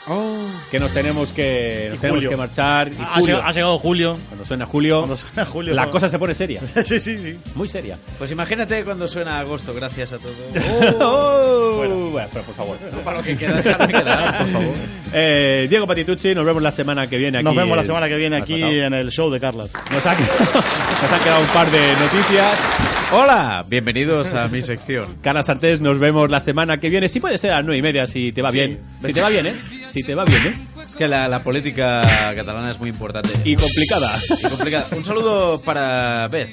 Speaker 3: Oh.
Speaker 1: que nos tenemos que, nos
Speaker 2: Y
Speaker 1: tenemos
Speaker 2: Julio.
Speaker 1: que marchar. Y
Speaker 2: Ha,
Speaker 1: Julio.
Speaker 2: llegado, ha llegado Julio.
Speaker 1: ah, Cuando suena Julio,
Speaker 2: Cuando suena Julio,
Speaker 1: la
Speaker 2: no.
Speaker 1: cosa se pone seria.
Speaker 2: sí, sí, sí.
Speaker 1: Muy seria.
Speaker 3: Pues imagínate cuando suena agosto, gracias a *laughs* todos.
Speaker 1: *laughs* Oh, bueno. pero por favor.
Speaker 3: Para lo que queda, dejarme quedar, por favor.
Speaker 1: Eh, Diego Patitucci, nos vemos la semana que viene aquí.
Speaker 2: Nos vemos la
Speaker 1: en-
Speaker 2: semana que viene
Speaker 1: ¿Has
Speaker 2: aquí
Speaker 1: matado?
Speaker 2: en el show de Carlas.
Speaker 1: Nos, ha- *laughs* nos han quedado un par de noticias.
Speaker 3: Hola, bienvenidos a mi sección.
Speaker 1: Carlos Artés, nos vemos la semana que viene. Si puede ser a las nueve y media, si te va bien. Si te va bien, ¿eh? Si te va bien, ¿eh?
Speaker 3: Es que la, la política catalana es muy importante.
Speaker 1: Y complicada.
Speaker 3: y complicada. Un saludo para Beth,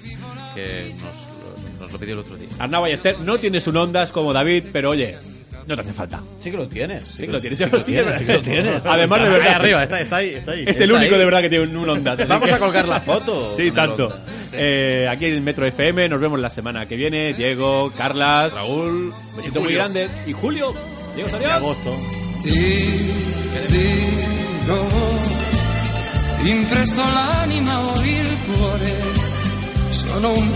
Speaker 3: que nos, lo- nos lo pidió el otro día.
Speaker 1: Arnau Ballester, no tienes un ondas como David, pero oye, no te hace falta.
Speaker 3: Sí que lo tienes.
Speaker 1: Sí que lo tienes, sí, de verdad.
Speaker 3: sí que lo
Speaker 1: *laughs*
Speaker 3: tienes.
Speaker 1: Además, de
Speaker 2: Ahí
Speaker 1: verdad.
Speaker 2: arriba,
Speaker 1: es-
Speaker 2: está, está ahí, está ahí.
Speaker 1: Es el
Speaker 3: ¿eh? Está
Speaker 1: único
Speaker 3: ahí.
Speaker 1: de verdad que tiene un, un ondas. así
Speaker 3: Vamos
Speaker 1: que-
Speaker 3: a colgar la foto.
Speaker 1: Sí,
Speaker 3: con el
Speaker 1: tanto.
Speaker 3: Honda.
Speaker 1: Eh, aquí en Metro FM, nos vemos la semana que viene. Diego, Carlas,
Speaker 3: Raúl,
Speaker 1: besito muy grande. Y Julio, Diego, adiós.
Speaker 2: Agosto.
Speaker 7: Te digo impresso l'anima o il cuore, sono un